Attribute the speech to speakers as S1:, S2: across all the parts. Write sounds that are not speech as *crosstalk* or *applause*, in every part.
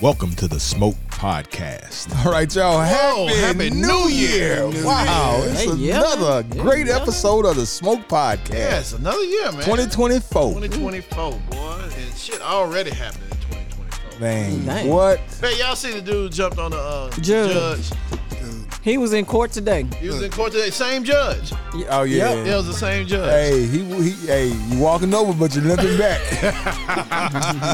S1: Welcome to the Smoke Podcast. All right, y'all. Happy,
S2: Happy
S1: New,
S2: New
S1: Year.
S2: Year.
S1: Wow. It's
S3: Hey, yeah.
S1: another
S3: Hey,
S1: great
S3: yeah.
S1: episode of the Smoke Podcast.
S2: Yes, another year, man.
S1: 2024.
S2: 2024, boy. And shit already happened in 2024.
S1: Man,
S3: Dang.
S1: what?
S2: Man, y'all see the dude jumped on the uh,
S3: Judge.
S2: judge.
S3: He was in court today.
S2: He was in court today. Same judge.
S1: Oh, yeah.
S2: It was the same judge.
S1: Hey, he, he, hey, you walking over, but you're limping back.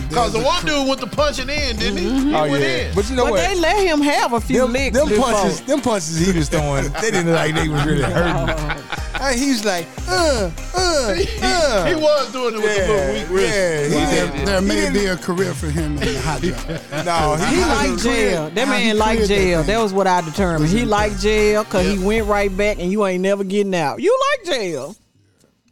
S2: Because the one dude went to punching in, didn't he? He
S1: oh,
S2: went
S1: yeah.
S2: in.
S1: But you know
S3: But
S1: what?
S3: they let him have a few
S1: them,
S3: licks
S1: them
S3: before. *laughs*
S1: punches, them punches he was throwing, they didn't look like they was really hurting. Hey, he was like, uh, uh, uh.
S2: He was doing it with the little weak wrist.
S1: yeah, he
S4: There,
S1: didn't-
S4: there
S1: he
S4: may
S1: didn't-
S4: be a career for him in the hot dog.
S1: No,
S3: He
S1: was
S3: liked
S1: a-
S3: jail. That
S4: how he
S3: man liked
S4: cleared that
S3: jail.
S4: thing.
S3: That was what I determined. He liked jail because he
S2: Yep.
S3: went right back, and you ain't never getting out. You like jail.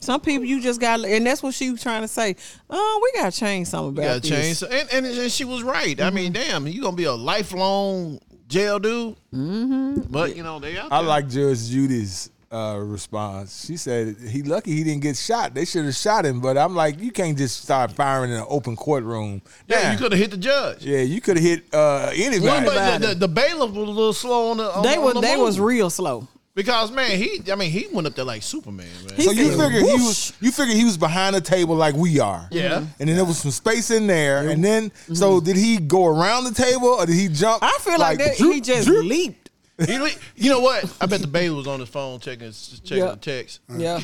S3: Some people you just got, and that's what she was trying to say. Oh, we gotta change something
S2: Yeah,
S3: about this.
S2: change. So- And, and and she was right. I mean,
S1: Mm-hmm.
S2: damn, you gonna be a lifelong jail dude. Mm-hmm. But you know they out there.
S1: I like Judge Judy's uh, response. She said he lucky he didn't get shot. They should have shot him, but I'm like, you can't just start firing in an open courtroom.
S2: Yeah,
S1: Damn.
S2: you could have hit the judge.
S1: yeah, you could have hit uh, anybody.
S2: Well, but
S3: Everybody.
S2: the, the, the bailiff was a little slow on the. On,
S3: They
S2: on
S3: was
S2: the
S3: they
S2: move.
S3: was real slow.
S2: because man, he I mean he went up there like Superman, man.
S3: He
S1: so you
S3: said,
S1: figure he
S3: "Whoosh." Mm-hmm.
S1: was you figure he was behind the table like we are.
S2: Yeah.
S1: And then there was some space in there. And then so did he go around the table or did he jump?
S3: I feel like, that
S1: droop,
S3: he just
S1: droop?
S3: leaped.
S2: He le- you know what? I bet the bailiff was on his phone checking checking
S3: Yeah.
S2: the text.
S3: *laughs* Yeah,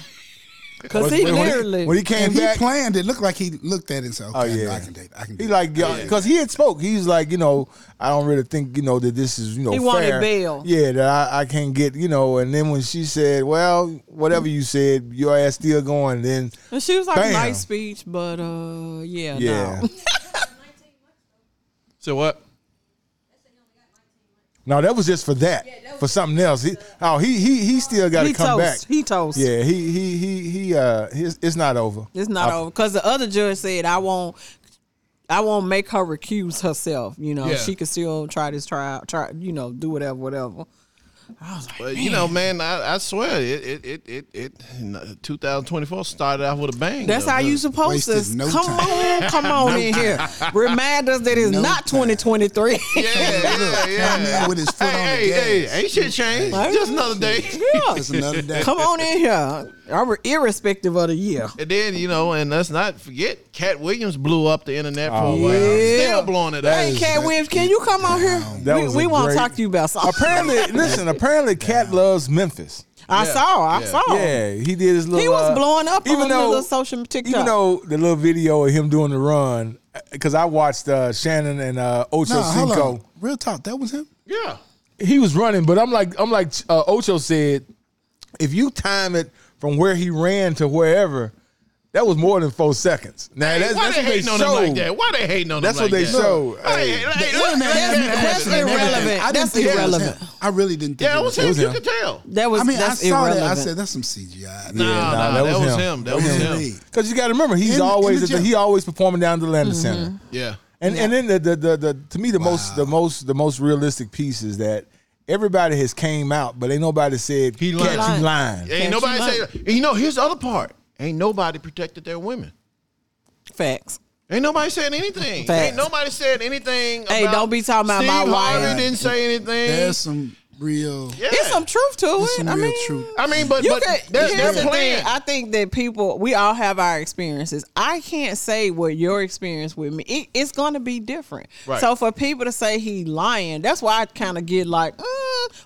S3: because he
S1: When he-
S3: literally.
S1: when he came
S4: And he
S1: back.
S4: planned it. Looked like he looked at it and said, okay,
S1: Oh, yeah.
S4: I can date. I can
S1: He
S4: date.
S1: like because he had spoke. He's like, you know, I don't really think you know that this is you know
S3: He wanted
S1: fair.
S3: bail.
S1: Yeah, that I, I can't get you know. And then when she said, well, whatever you said, your ass still going. Then
S3: and she was like,
S1: Bam.
S3: nice speech, but uh, yeah,
S1: yeah,
S3: *laughs* no.
S2: So what?
S1: no, that was just for that for something else. He, oh, he he he still got to
S3: He
S1: come
S3: toast.
S1: back.
S3: He toast.
S1: yeah, he he he he. Uh, his, it's not over.
S3: It's not
S1: I-
S3: over because the other judge said I won't. I won't make her recuse herself. You know,
S2: Yeah.
S3: she can still try this trial. Try, you know, do whatever, whatever. I was like,
S2: But you know, man, I, I swear it it it it, it 2024 started off with a bang.
S3: that's
S2: though,
S3: how you *laughs*
S2: doesn't
S3: supposed to.
S4: Wasted no
S3: come
S4: *laughs*
S3: on, come on in here. Remind us that it's
S4: No
S3: not
S4: time. *laughs*
S3: 2023.
S2: it? Yeah, yeah,
S4: Come
S2: yeah.
S4: in with his foot on the
S2: Hey, hey,
S4: gas.
S2: hey, ain't shit changed.
S3: Hey.
S2: Just another day.
S3: *laughs* yeah,
S4: It's
S1: *laughs*
S4: another day.
S3: come on in here. I'm irrespective of the year.
S2: And then, you know, and let's not forget, Cat Williams blew up the internet for a while.
S3: yeah.
S2: Still blowing it up.
S3: Hey, Cat Williams, can you come on here?
S1: That
S3: we
S1: was
S3: we
S1: a
S3: want to
S1: great-
S3: talk to you about something.
S1: Apparently, listen. Apparently, Cat loves Memphis.
S3: I
S2: Yeah,
S3: saw. I
S2: yeah.
S3: saw.
S1: Yeah, he did his little.
S3: Oh. He was
S1: uh,
S3: blowing up
S1: even
S3: on
S1: though-
S3: the little social TikTok.
S1: Even though the little video of him doing the run, because I watched uh, Shannon and uh, Ocho
S4: No, hold on.
S1: Cinco,
S4: Real talk. That was him.
S2: Yeah.
S1: he was running, but I'm like, I'm like uh, Ocho said, if you time it from where he ran to wherever, that was more than four seconds. Now that's,
S2: Why
S1: that's
S2: they
S1: what they
S2: hating on him like
S1: showed.
S2: that? Why they hating on
S1: That's
S2: him
S1: what
S2: like
S1: they
S2: that?
S1: showed.
S2: Hey,
S1: Hey,
S2: hey,
S4: The
S2: look,
S4: internet
S2: look,
S4: had me
S2: look,
S3: that's
S4: questioning everything.
S3: irrelevant.
S4: I didn't
S3: That's
S4: think it was
S3: irrelevant.
S4: him. I really didn't think
S2: Yeah, it was him.
S1: was
S2: You
S1: him.
S2: could tell.
S3: That was
S4: I mean, I
S3: that's
S4: saw
S3: irrelevant.
S4: that. I said, that's some CGI.
S2: No,
S1: nah,
S2: no,
S1: that
S2: that,
S1: was
S2: was
S1: him.
S2: him. That was him.
S4: Really.
S1: Because you got to remember, he's
S4: In- in
S1: always
S4: the
S1: at the
S4: gym.
S1: he always performing down at the Landon
S3: Mm-hmm.
S1: Center.
S2: Yeah.
S1: And and then the the, the, the to me the most the most the most realistic piece is that everybody has came out, but ain't nobody said
S2: He
S1: "Cat,
S2: lying."
S1: you lying.
S2: Ain't
S3: Can't
S2: nobody
S3: you
S2: say
S3: not?
S2: that. And you know, here's the other part. Ain't nobody protected their women.
S3: facts.
S2: Ain't nobody said anything.
S3: Facts.
S2: Ain't nobody said anything.
S3: Hey,
S2: about
S3: don't be talking about
S2: Steve
S3: my wife.
S2: Harvey didn't say anything.
S4: There's some real.
S2: yeah.
S3: There's some truth to
S4: There's
S3: it.
S4: some
S3: I
S4: real
S3: mean,
S4: truth.
S2: I mean, but,
S3: you
S2: but
S3: can,
S2: that's
S3: here's
S2: their
S3: the thing.
S2: plan.
S3: I think that people, we all have our experiences. I can't say what your experience with me. It, it's going to be different.
S2: Right.
S3: So for people to say he lying, that's why I kind of get like, uh,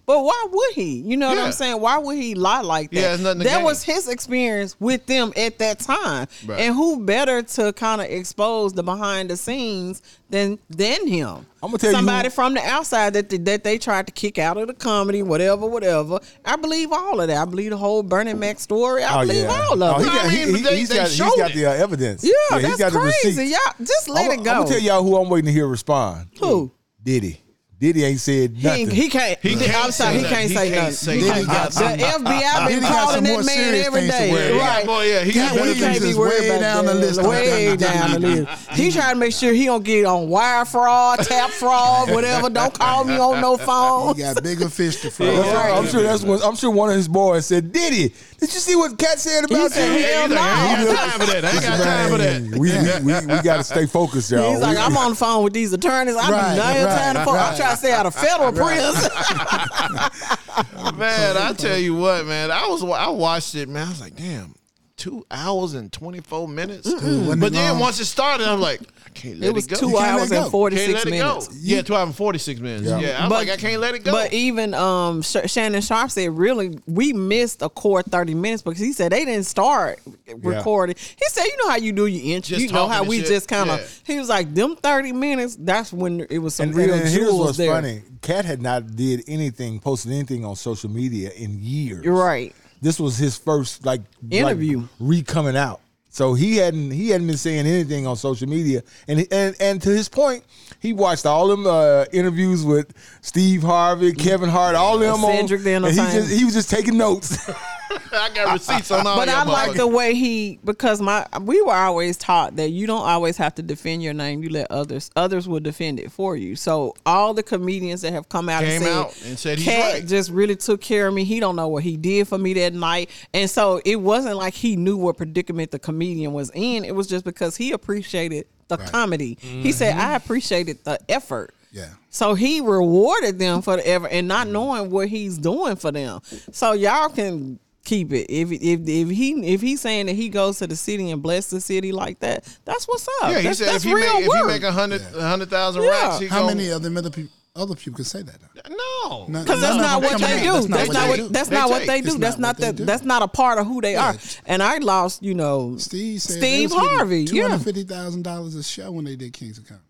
S3: but why would he? You know what
S2: Yeah.
S3: I'm saying? Why would he lie like that?
S2: Yeah, it's nothing to
S3: that
S2: gain.
S3: was his experience with them at that time,
S2: Right.
S3: and who better to kind of expose the behind the scenes than than him?
S1: I'm gonna tell you
S3: somebody
S1: who-
S3: from the outside that that they tried to kick out of the comedy, whatever, whatever. I believe all of that. I believe the whole Burning Mac story. I believe all of
S1: Oh,
S3: it.
S1: he got,
S2: I
S1: he,
S2: mean,
S1: he,
S2: they-
S1: has
S2: they
S1: got, he's
S2: showed
S1: got
S2: it.
S1: the uh, evidence.
S3: yeah,
S1: he's
S3: that's
S1: got the
S3: crazy.
S1: receipts.
S3: Y'all just let
S1: I'm,
S3: it go.
S1: I'm gonna tell y'all who I'm waiting to hear respond.
S3: Who?
S1: Diddy. Diddy ain't said
S3: He,
S1: nothing.
S3: he can't.
S2: He can't
S3: I'm sorry, he
S2: say
S3: can't
S2: nothing.
S3: say
S2: He can't say
S3: nothing. He can't-
S4: nothing.
S3: The FBI
S4: Diddy
S3: been
S4: got some
S3: calling
S4: more
S3: that man
S4: serious
S3: every
S4: things to
S3: day.
S4: worry about.
S3: Right.
S2: Boy, yeah, he got better
S4: Cat
S3: He
S4: Williams
S2: things
S3: can't be
S4: is way
S3: worried about
S4: down
S3: that.
S4: the list. on
S3: Way
S4: that.
S3: down the list. He trying to make sure he don't get on wire fraud, tap fraud, whatever. Don't call me on no
S4: He
S3: phone.
S4: got bigger fish
S3: *laughs*
S4: to fry.
S1: Uh, That's right. I'm sure that's what I'm sure one of his boys said, Diddy, did you see what Cat said about
S3: said
S1: you?
S3: he
S2: Yeah, he's like, I ain't got time for that. I ain't got time for that.
S1: Man, We, we, we, we gotta stay focused, y'all.
S3: He's like,
S1: We-
S3: I'm on the phone with these attorneys. I'm
S4: Right,
S3: not
S4: right,
S3: trying to phone. I'm
S4: right.
S3: trying to stay out of federal prison.
S2: Man, I tell you what, man, I was I watched it, man. I was like, damn, two hours and twenty four minutes.
S4: wasn't
S2: But
S4: it
S2: then
S4: long?
S2: once it started, I'm like, I can't let it,
S3: It was
S2: go.
S3: two
S4: You can't
S3: hours
S4: let
S3: and
S4: go.
S3: forty
S2: Can't
S3: six
S2: let it
S3: minutes.
S2: go. Yeah, two hours and forty six minutes. Yeah, I'm
S3: But-
S2: like, I can't let it go.
S3: But even um, Sh- Shannon Sharp said, really, we missed a core 30 minutes because he said they didn't start recording. He said, you know how you do your intro.
S2: Just
S3: You know
S2: talking
S3: how
S2: and
S3: we
S2: shit.
S3: just kind of,
S2: Yeah.
S3: he was like, them 30 minutes, that's when it was some
S1: and,
S3: real
S1: and here's
S3: jewels
S1: what's
S3: there.
S1: funny. Cat had not did anything, posted anything on social media in years.
S3: You're right.
S1: This was his first like like,
S3: Interview.
S1: re coming out. So he hadn't he hadn't been saying anything on social media, and he- and and to his point, he watched all them uh, interviews with Steve Harvey, Kevin Hart, all them
S3: Cedric the
S1: on, and he
S3: Entertainer.
S1: just he was just taking notes. *laughs*
S2: I got receipts on all
S3: But
S2: y'all
S3: I like
S2: motherfuckers.
S3: the way he because my we were always taught that you don't always have to defend your name. You let others others will defend it for you. So all the comedians that have come out
S2: Came
S3: and said,
S2: out and said he's
S3: "Cat
S2: right."
S3: just really took care of me. He don't know what he did for me that night. And so it wasn't like he knew what predicament the comedian was in. It was just because he appreciated the comedy. He said, I appreciated the effort.
S4: Yeah.
S3: So he rewarded them for the ever and not knowing what he's doing for them. So y'all can keep it. If if if he if he's saying that he goes to the city and bless the city like that, that's what's up.
S2: Yeah, he
S3: that's,
S2: said
S3: that's
S2: if he
S3: real
S2: make if he
S3: work.
S2: make a hundred a hundred thousand
S3: Yeah.
S2: racks, he
S4: How
S2: gonna-
S4: many other other people, other people can say that? though?
S2: No,
S4: No.
S3: Cause that's
S4: No,
S3: not
S4: no,
S3: what
S4: no,
S3: they
S4: no,
S3: do. That's not
S4: do.
S3: what that's
S2: They
S3: not what
S2: take.
S3: they
S4: It's
S3: do. That's
S4: not
S3: not
S4: what
S3: the
S4: they do.
S3: that's not a part of who they
S4: Yeah.
S3: are. And I lost, you know,
S4: Steve said
S3: Steve Harvey.
S4: Two
S3: Yeah,
S4: hundred fifty thousand dollars a show when they did Kings of Comedy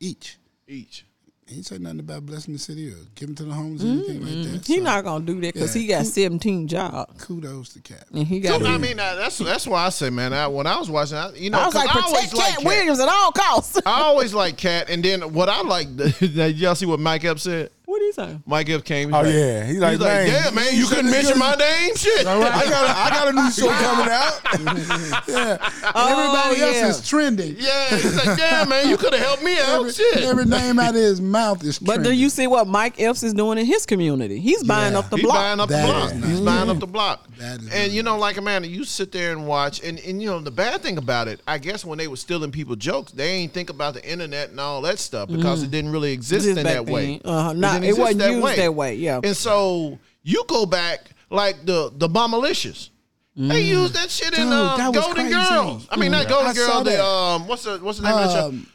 S4: each.
S2: each.
S4: He ain't say nothing about blessing the city or giving to the homeless or anything like that.
S3: he
S4: so
S3: not gonna do that because
S4: Yeah.
S3: he got seventeen jobs
S4: kudos to Cat.
S3: and he
S2: So,
S3: got.
S2: I mean, I- that's that's why I say, man. I, when I was watching, I, you know,
S3: I was
S2: 'cause
S3: like,
S2: I always
S3: protect
S2: like
S3: Cat Williams at all costs. *laughs*
S2: I always like Cat, and then what I like, *laughs* did y'all see what Mike Up said?
S3: what do you say?
S2: Mike Up came.
S1: Oh, yeah. He
S2: he's
S1: like,
S2: like,
S1: man,
S2: yeah, man, you couldn't mention my name, shit.
S1: I got a, I got a new show coming out.
S4: Everybody else
S3: Oh, yeah.
S4: is trending.
S2: Yeah, he's like, yeah, man, you could have helped me out,
S4: Every,
S2: shit.
S4: every name out of his mouth is
S3: Oh, But
S4: trending.
S3: do you see what Mike Epps is doing in his community? He's buying
S4: Yeah.
S3: up the
S2: He's
S3: block.
S2: buying up
S4: That
S2: the block.
S4: is
S2: He's
S4: not
S2: buying
S4: good.
S2: up the block.
S4: That is
S2: and
S4: not
S2: you know, like Amanda, you sit there and watch, and, and you know the bad thing about it, I guess when they were stealing people jokes, they ain't think about the internet and all that stuff because it didn't really exist
S3: Exist
S2: in
S3: back
S2: that way.
S3: then. Uh-huh. Not-
S2: didn't
S3: it
S2: exist
S3: wasn't used that way, yeah.
S2: And so you go back like the the bombalicious. They used that shit in
S4: Mm. Dude,
S2: uh,
S4: that was
S2: Golden
S4: crazy. Mm.
S2: Girls. I mean, not Golden
S4: I saw
S2: Girls. The
S4: that.
S2: um, what's the what's the name of that show?
S4: Um,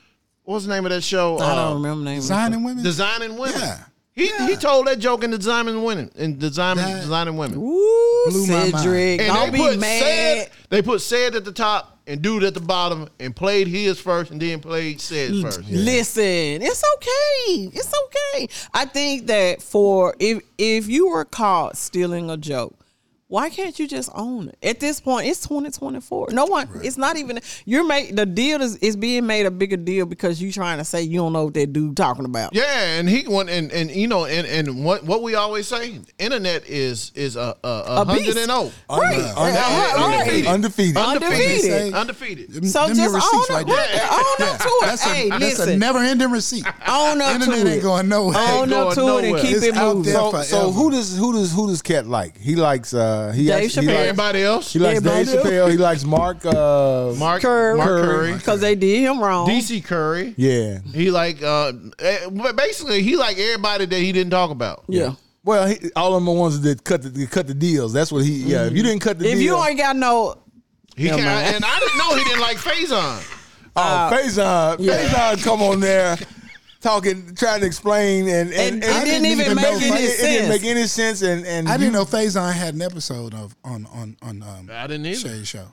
S2: What's the name of that show?
S3: I
S2: Uh,
S3: don't remember the name. of it.
S4: signing women?
S2: Designing women.
S4: Yeah.
S2: He, he told that joke in designing women in design designing women.
S3: Ooh,
S4: Blew my mind.
S3: Cedric,
S2: And
S3: don't
S2: they
S3: be
S2: put
S3: mad.
S2: Said, they put said at the top and dude at the bottom and played his first and then played said first.
S3: Listen, it's okay. It's okay. I think that for if if you were caught stealing a joke, why can't you just own it? At this point, it's 2024. No one, it's not even you're making the deal is, is being made a bigger deal because you trying to say you don't know what that dude talking about.
S2: Yeah, and he went and, and you know and, and what what we always say, internet is is a a, a,
S3: A
S2: hundred
S3: beast.
S2: and oh.
S3: Right.
S1: Unde-
S3: Right, right, right.
S1: undefeated. Undefeated.
S3: Undefeated.
S4: Say-
S2: Undefeated.
S4: Them-
S3: So
S4: them your
S3: just own up,
S4: receipts right there.
S2: there.
S3: own up to it.
S4: That's,
S3: hey,
S4: a, that's a
S3: listen,
S2: *laughs*
S4: never-ending receipt.
S3: own up to
S4: Internet
S3: it.
S4: ain't going nowhere.
S3: Own
S2: Ain't going
S3: up to it and
S2: nowhere.
S3: keep
S4: It's
S3: it
S4: out
S3: moving.
S4: there.
S1: So, so who does who does who does Cat like? He likes uh he
S3: Dave
S1: actually- he
S3: Chappelle.
S1: likes-
S2: Everybody else?
S1: He likes
S3: Everybody
S1: Dave Chappelle. He likes Mark. Uh,
S2: Mark
S3: Curry.
S2: Mark
S1: Curry.
S2: Curry.
S3: Because they did him wrong.
S2: DC Curry.
S1: Yeah.
S2: He like uh eh, but basically he like everybody that he didn't talk about.
S3: yeah.
S1: Well, he, all of them ones that cut the that cut the deals. That's what he. Yeah. If you didn't cut the
S3: Mm. If
S1: deal,
S3: you ain't got no
S2: He
S3: Never
S2: can,
S3: mind.
S2: and I didn't know he didn't like Faison.
S1: oh, Faison,
S3: uh, yeah.
S1: Faison come on there. Talking, trying to explain, and
S3: And
S1: and,
S3: it didn't even
S1: know-
S3: make any
S1: It didn't
S3: sense.
S1: make any sense, and and
S4: I
S1: you-
S4: didn't know Faison had an episode of on on on um
S2: I didn't either.
S4: Shay show.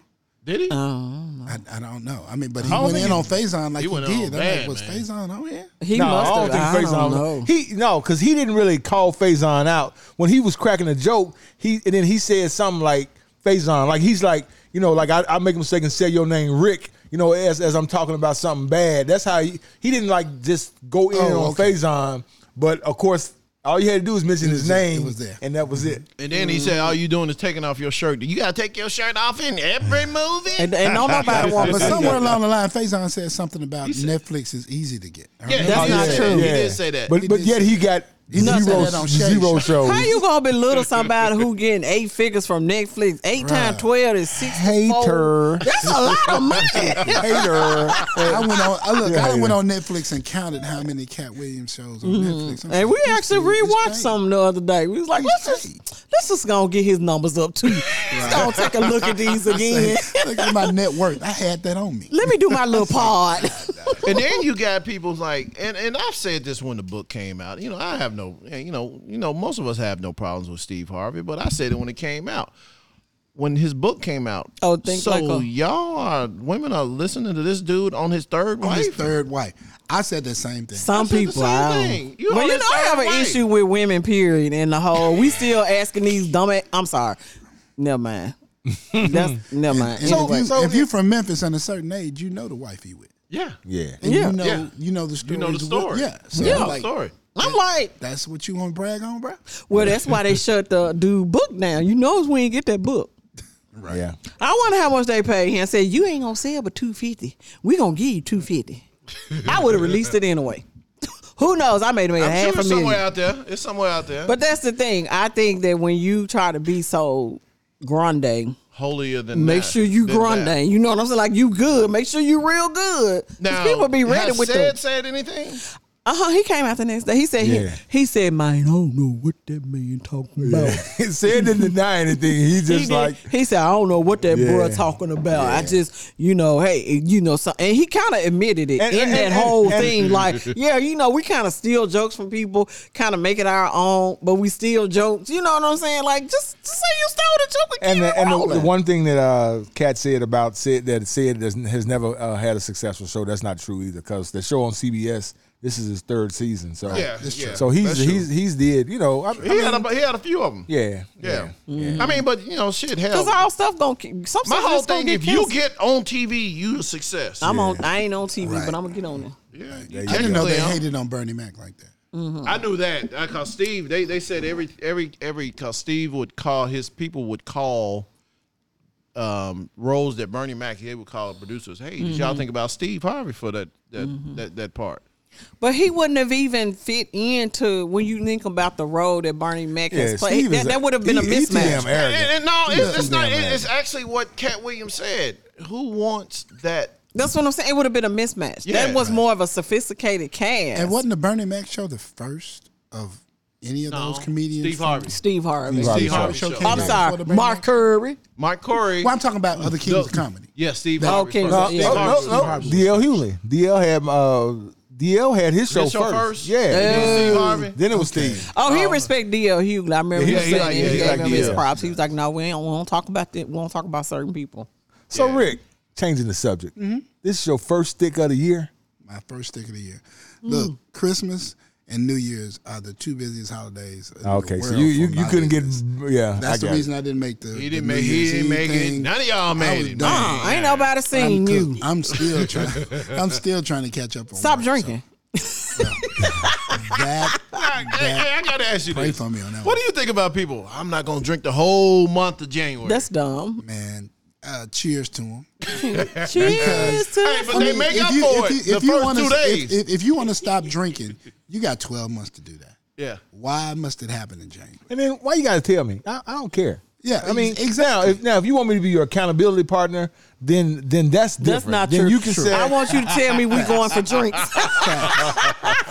S2: Did he?
S4: I, I don't know. I mean, but he
S2: don't
S4: went
S2: think
S4: in
S2: he-
S4: on Faison like
S2: he
S4: he,
S2: went on
S4: did. I'm
S2: bad,
S4: like, was
S2: man.
S4: Faison on here?
S3: he
S1: No,
S3: must
S1: I
S3: have.
S1: don't think
S3: I
S1: Faison.
S3: don't
S1: was-
S3: know.
S1: He no, because he didn't really call Faison out when he was cracking a joke. He and then he said something like Faison, like he's like you know, like I, I make a mistake and say your name Rick. You know, as as I'm talking about something bad. That's how he, he didn't like just go in
S4: Oh,
S1: on
S4: okay.
S1: Faison. But of course, all you had to do was mention his
S4: was there.
S1: name,
S4: It was there.
S1: and that was it.
S2: And then he
S3: Uh,
S2: said,
S3: mm.
S2: "All you doing is taking off your shirt. You gotta take your shirt off in every movie."
S3: And, and don't nobody want
S1: *laughs*
S4: But
S3: to see
S4: somewhere
S3: that.
S4: along the line, Faison said something about Netflix is easy to get. I
S2: Yeah,
S4: remember
S3: That's
S4: he
S3: not
S4: said-
S3: true.
S2: He
S1: Oh, Yeah.
S2: did say that.
S1: But
S4: He
S1: but
S4: did
S1: yet
S4: say
S1: he got
S4: done said
S1: zero
S4: that on Shay.
S1: zero shows.
S3: How you gonna belittle somebody who getting eight figures from Netflix? Eight times twelve is sixty-four.
S1: Hater.
S3: That's a lot
S1: *laughs*
S3: of money.
S1: Hater.
S4: I went on. I look.
S1: Yeah,
S4: I
S1: yeah.
S4: went on Netflix and counted how many Cat Williams shows on Netflix.
S3: And
S4: I'm like,
S3: Mm-hmm. we
S4: this
S3: actually
S4: dude is
S3: rewatched
S4: great.
S3: something the other day. We was like, let's just let's just gonna get his numbers up
S1: *laughs*
S3: too. Let's gonna take a look at these again.
S4: look at my net worth. I had that on me.
S3: Let me do
S1: *laughs*
S3: my little pod.
S2: and then you got people like, and, and I've said this when the book came out. You know, I have no, and, you know, you know, most of us have no problems with Steve Harvey, but I said it when it came out, when his book came out.
S3: Oh, think
S2: so
S3: like a-
S2: y'all are women are listening to this dude on his third
S4: On
S2: wife.
S4: his third wife, I said the same thing.
S3: Some
S2: said the
S3: people,
S2: same
S3: I don't.
S2: thing. You
S3: well, you
S2: always
S3: know, I
S2: say
S3: have an
S2: it right.
S3: issue with women. Period. And the whole, we still asking these dumb. a- I'm sorry. Never mind.
S2: *laughs*
S3: That's never mind.
S4: And if,
S3: Anyway.
S4: you,
S1: so
S4: if you're from Memphis and a certain age, you know the wife he with.
S2: Yeah,
S1: Yeah.
S4: And
S3: Yeah.
S4: you know,
S2: Yeah.
S4: you know the story.
S2: you know the story.
S4: Yeah. So
S2: You know
S4: I'm
S2: the
S4: like,
S2: story.
S3: I'm like,
S4: That's what you want to brag on, bro?
S3: well, that's why they shut the dude book down. You know, we ain't get that book.
S4: Right.
S1: Yeah.
S3: I wonder how much they paid him. Said you ain't gonna sell but two fifty. We gonna give you two fifty. I would have released it anyway. Who knows? I made have made
S2: I'm
S3: half
S2: sure
S3: a
S2: it's
S3: million.
S2: somewhere out there. It's somewhere out there.
S3: But that's the thing. I think that when you try to be so grande,
S2: holier than
S3: make
S2: that,
S3: sure you
S2: than
S3: grande.
S2: that.
S3: You know what I'm saying? Like you good. Make sure you real good. 'Cause
S2: Now,
S3: people be ready
S2: has
S3: with
S2: said
S3: the
S2: said anything.
S3: uh huh. He came out the next day. He said
S1: Yeah.
S3: he, he said, "Man, I don't know what that man
S1: *laughs*
S3: talking about."
S1: Said didn't deny anything. He
S3: He,
S1: just
S3: did-
S1: like
S3: he said, I don't know what that
S1: Yeah.
S3: bruh talking about. I just, you know, hey, you know, so, and he kind of admitted it
S1: And-
S3: in
S1: and-
S3: that
S1: and-
S3: whole
S1: and- *laughs*
S3: thing. like, yeah, you know, we kind of steal jokes from people, kind of make it our own, but we steal jokes. You know what I'm saying? Like, just, just say you stole the joke and,
S1: and
S3: keep
S1: the, and the, the
S3: rolling.
S1: one thing that uh Kat said about said that said does has never uh, had a successful show. That's not true either because the show on CBS this is his third season. So
S2: Yeah, That's yeah, true.
S1: so he's
S2: that's true.
S1: he's he's did you know I, I
S2: He
S1: mean,
S2: had a, he had a few of them.
S1: yeah
S2: Yeah. I mean, but you know, shit, hell.
S3: Cause all stuff gonna keep. Some
S2: My
S3: stuff
S2: whole
S3: just gonna
S2: thing,
S3: get
S2: if you
S3: canceled.
S2: get on TV, you a success.
S3: I'm on. I ain't on TV,
S4: Right.
S3: but I'm gonna get on there.
S2: yeah,
S4: I didn't know
S2: technically,
S4: they
S2: I'm-
S4: hated on Bernie Mac like that.
S2: I knew that I call Steve. They they said every every every cause Steve would call his people would call um roles that Bernie Mac they would call producers. Hey, did y'all think about Steve Harvey for that that that, that part?
S3: But he wouldn't have even fit into when you think about the role that Bernie Mac
S1: yeah
S3: has played.
S1: Steve is E
S3: That, that would have been a
S1: he- he too damn
S3: mismatch.
S2: And,
S1: arrogant.
S2: and no, it's, it's
S1: Yeah.
S2: not.
S1: Yeah.
S2: It's actually what Cat Williams said. Who wants that?
S3: That's what I'm saying. It would have been a mismatch.
S2: Yeah.
S3: that was more of a sophisticated cast.
S4: And wasn't the Bernie Mac show the first of any of those comedians?
S2: Steve
S4: from-
S2: Harvey.
S3: Steve Harvey.
S1: Steve Harvey.
S2: Steve Harvey show.
S4: Show came
S3: I'm
S4: out before
S3: sorry,
S4: the Bernie
S3: Mark
S4: Mac-
S3: Curry.
S2: Mike Corey.
S4: Well, I'm talking about other kings of comedy.
S2: yeah, Steve
S3: Oh,
S2: Harvey.
S3: King-
S2: first.
S1: No,
S2: Steve
S3: Yeah.
S1: Uh, no,
S2: Harvey.
S1: no, no. DL Hewley. DL had uh, DL had his show,
S2: His show
S1: first.
S2: first?
S1: Yeah.
S2: Then
S1: Then it was-
S2: Steve Harvey.
S1: Then it was Steve.
S3: Oh, he respect D.L. Hughley. I
S1: Yeah,
S3: remember him
S1: he
S3: saying
S1: like-
S3: he
S1: yeah, he
S3: gave
S1: like
S3: him his
S1: D.L.
S3: props. He was like, "No, we ain't. We don't talk about that. We don't talk about certain people."
S1: So
S2: Yeah.
S1: Rick, changing the subject.
S3: Mm-hmm.
S1: This is your first stick of the year.
S4: My first stick of the year. Look,
S2: Mm.
S4: Christmas and New Year's are the two busiest holidays. in the
S1: Okay, so
S4: world
S1: you you,
S4: for
S1: you
S4: my
S1: couldn't get
S4: business.
S1: yeah. I
S4: That's
S1: got
S4: the
S1: it.
S4: reason I didn't make the.
S2: He
S4: the
S2: didn't
S4: New
S2: make. He
S4: Year's
S2: didn't
S4: Eve
S2: make it.
S4: thing.
S2: None of y'all
S4: was
S2: made it.
S4: done.
S3: Uh, ain't nobody seen
S4: I'm,
S3: you.
S4: cooked. I'm
S2: *laughs*
S4: still trying. I'm still trying to catch up on.
S3: Stop
S4: work,
S3: drinking.
S4: so
S2: *laughs*
S4: that
S2: Hey, hey, I gotta ask you
S4: Pray
S2: this.
S4: for me on that
S2: What
S4: one.
S2: do you think about people? I'm not gonna drink the whole month of January.
S3: That's dumb.
S4: man. Uh, cheers to him.
S3: Cheers to
S2: Hey, but they make up for it the first
S4: wanna,
S2: two
S4: if,
S2: days.
S4: if, if you want to stop drinking, you got 12 months to do that.
S2: *laughs* yeah.
S4: Why must it happen in January?
S1: And then why you gotta tell me? I, I don't care.
S4: Yeah,
S1: I mean
S4: ex- exactly.
S1: Now if, now, if you want me to be your accountability partner, then then that's different.
S3: That's not
S1: then
S3: true.
S1: You can say
S3: I want you to tell me we going for drinks.
S2: *laughs*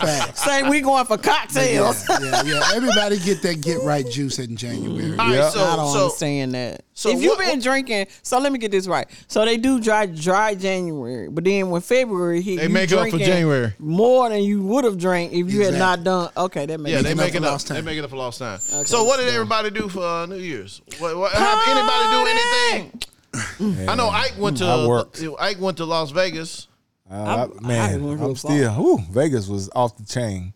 S4: Facts.
S3: Say we going for
S4: Yeah,
S3: cocktails.
S4: yeah, yeah. Everybody get that get right juice in January.
S2: All right,
S1: Yeah.
S2: so
S3: I don't
S2: so
S3: understand that.
S2: so
S3: if you've
S2: what-
S3: been
S2: what-
S3: drinking, so let me get this right. So they do dry dry January, but then when February hit,
S2: They
S3: you
S2: make up for
S3: drinking
S2: January.
S3: more than you would have drank if you had
S4: Exactly.
S3: not done. Okay, that makes
S2: yeah, they
S4: Making up
S2: make
S4: for
S2: it up.
S4: lost
S2: They
S4: time.
S2: make it up for lost time. so what did everybody do for uh, New Year's? What, what, have anybody do anything? I know Ike went to
S1: I worked.
S2: Ike went to Las Vegas.
S1: Uh,
S3: I'm-
S1: I- man,
S3: I'm
S1: I'm,
S3: gonna go
S1: still. Ooh, Vegas was off the chain.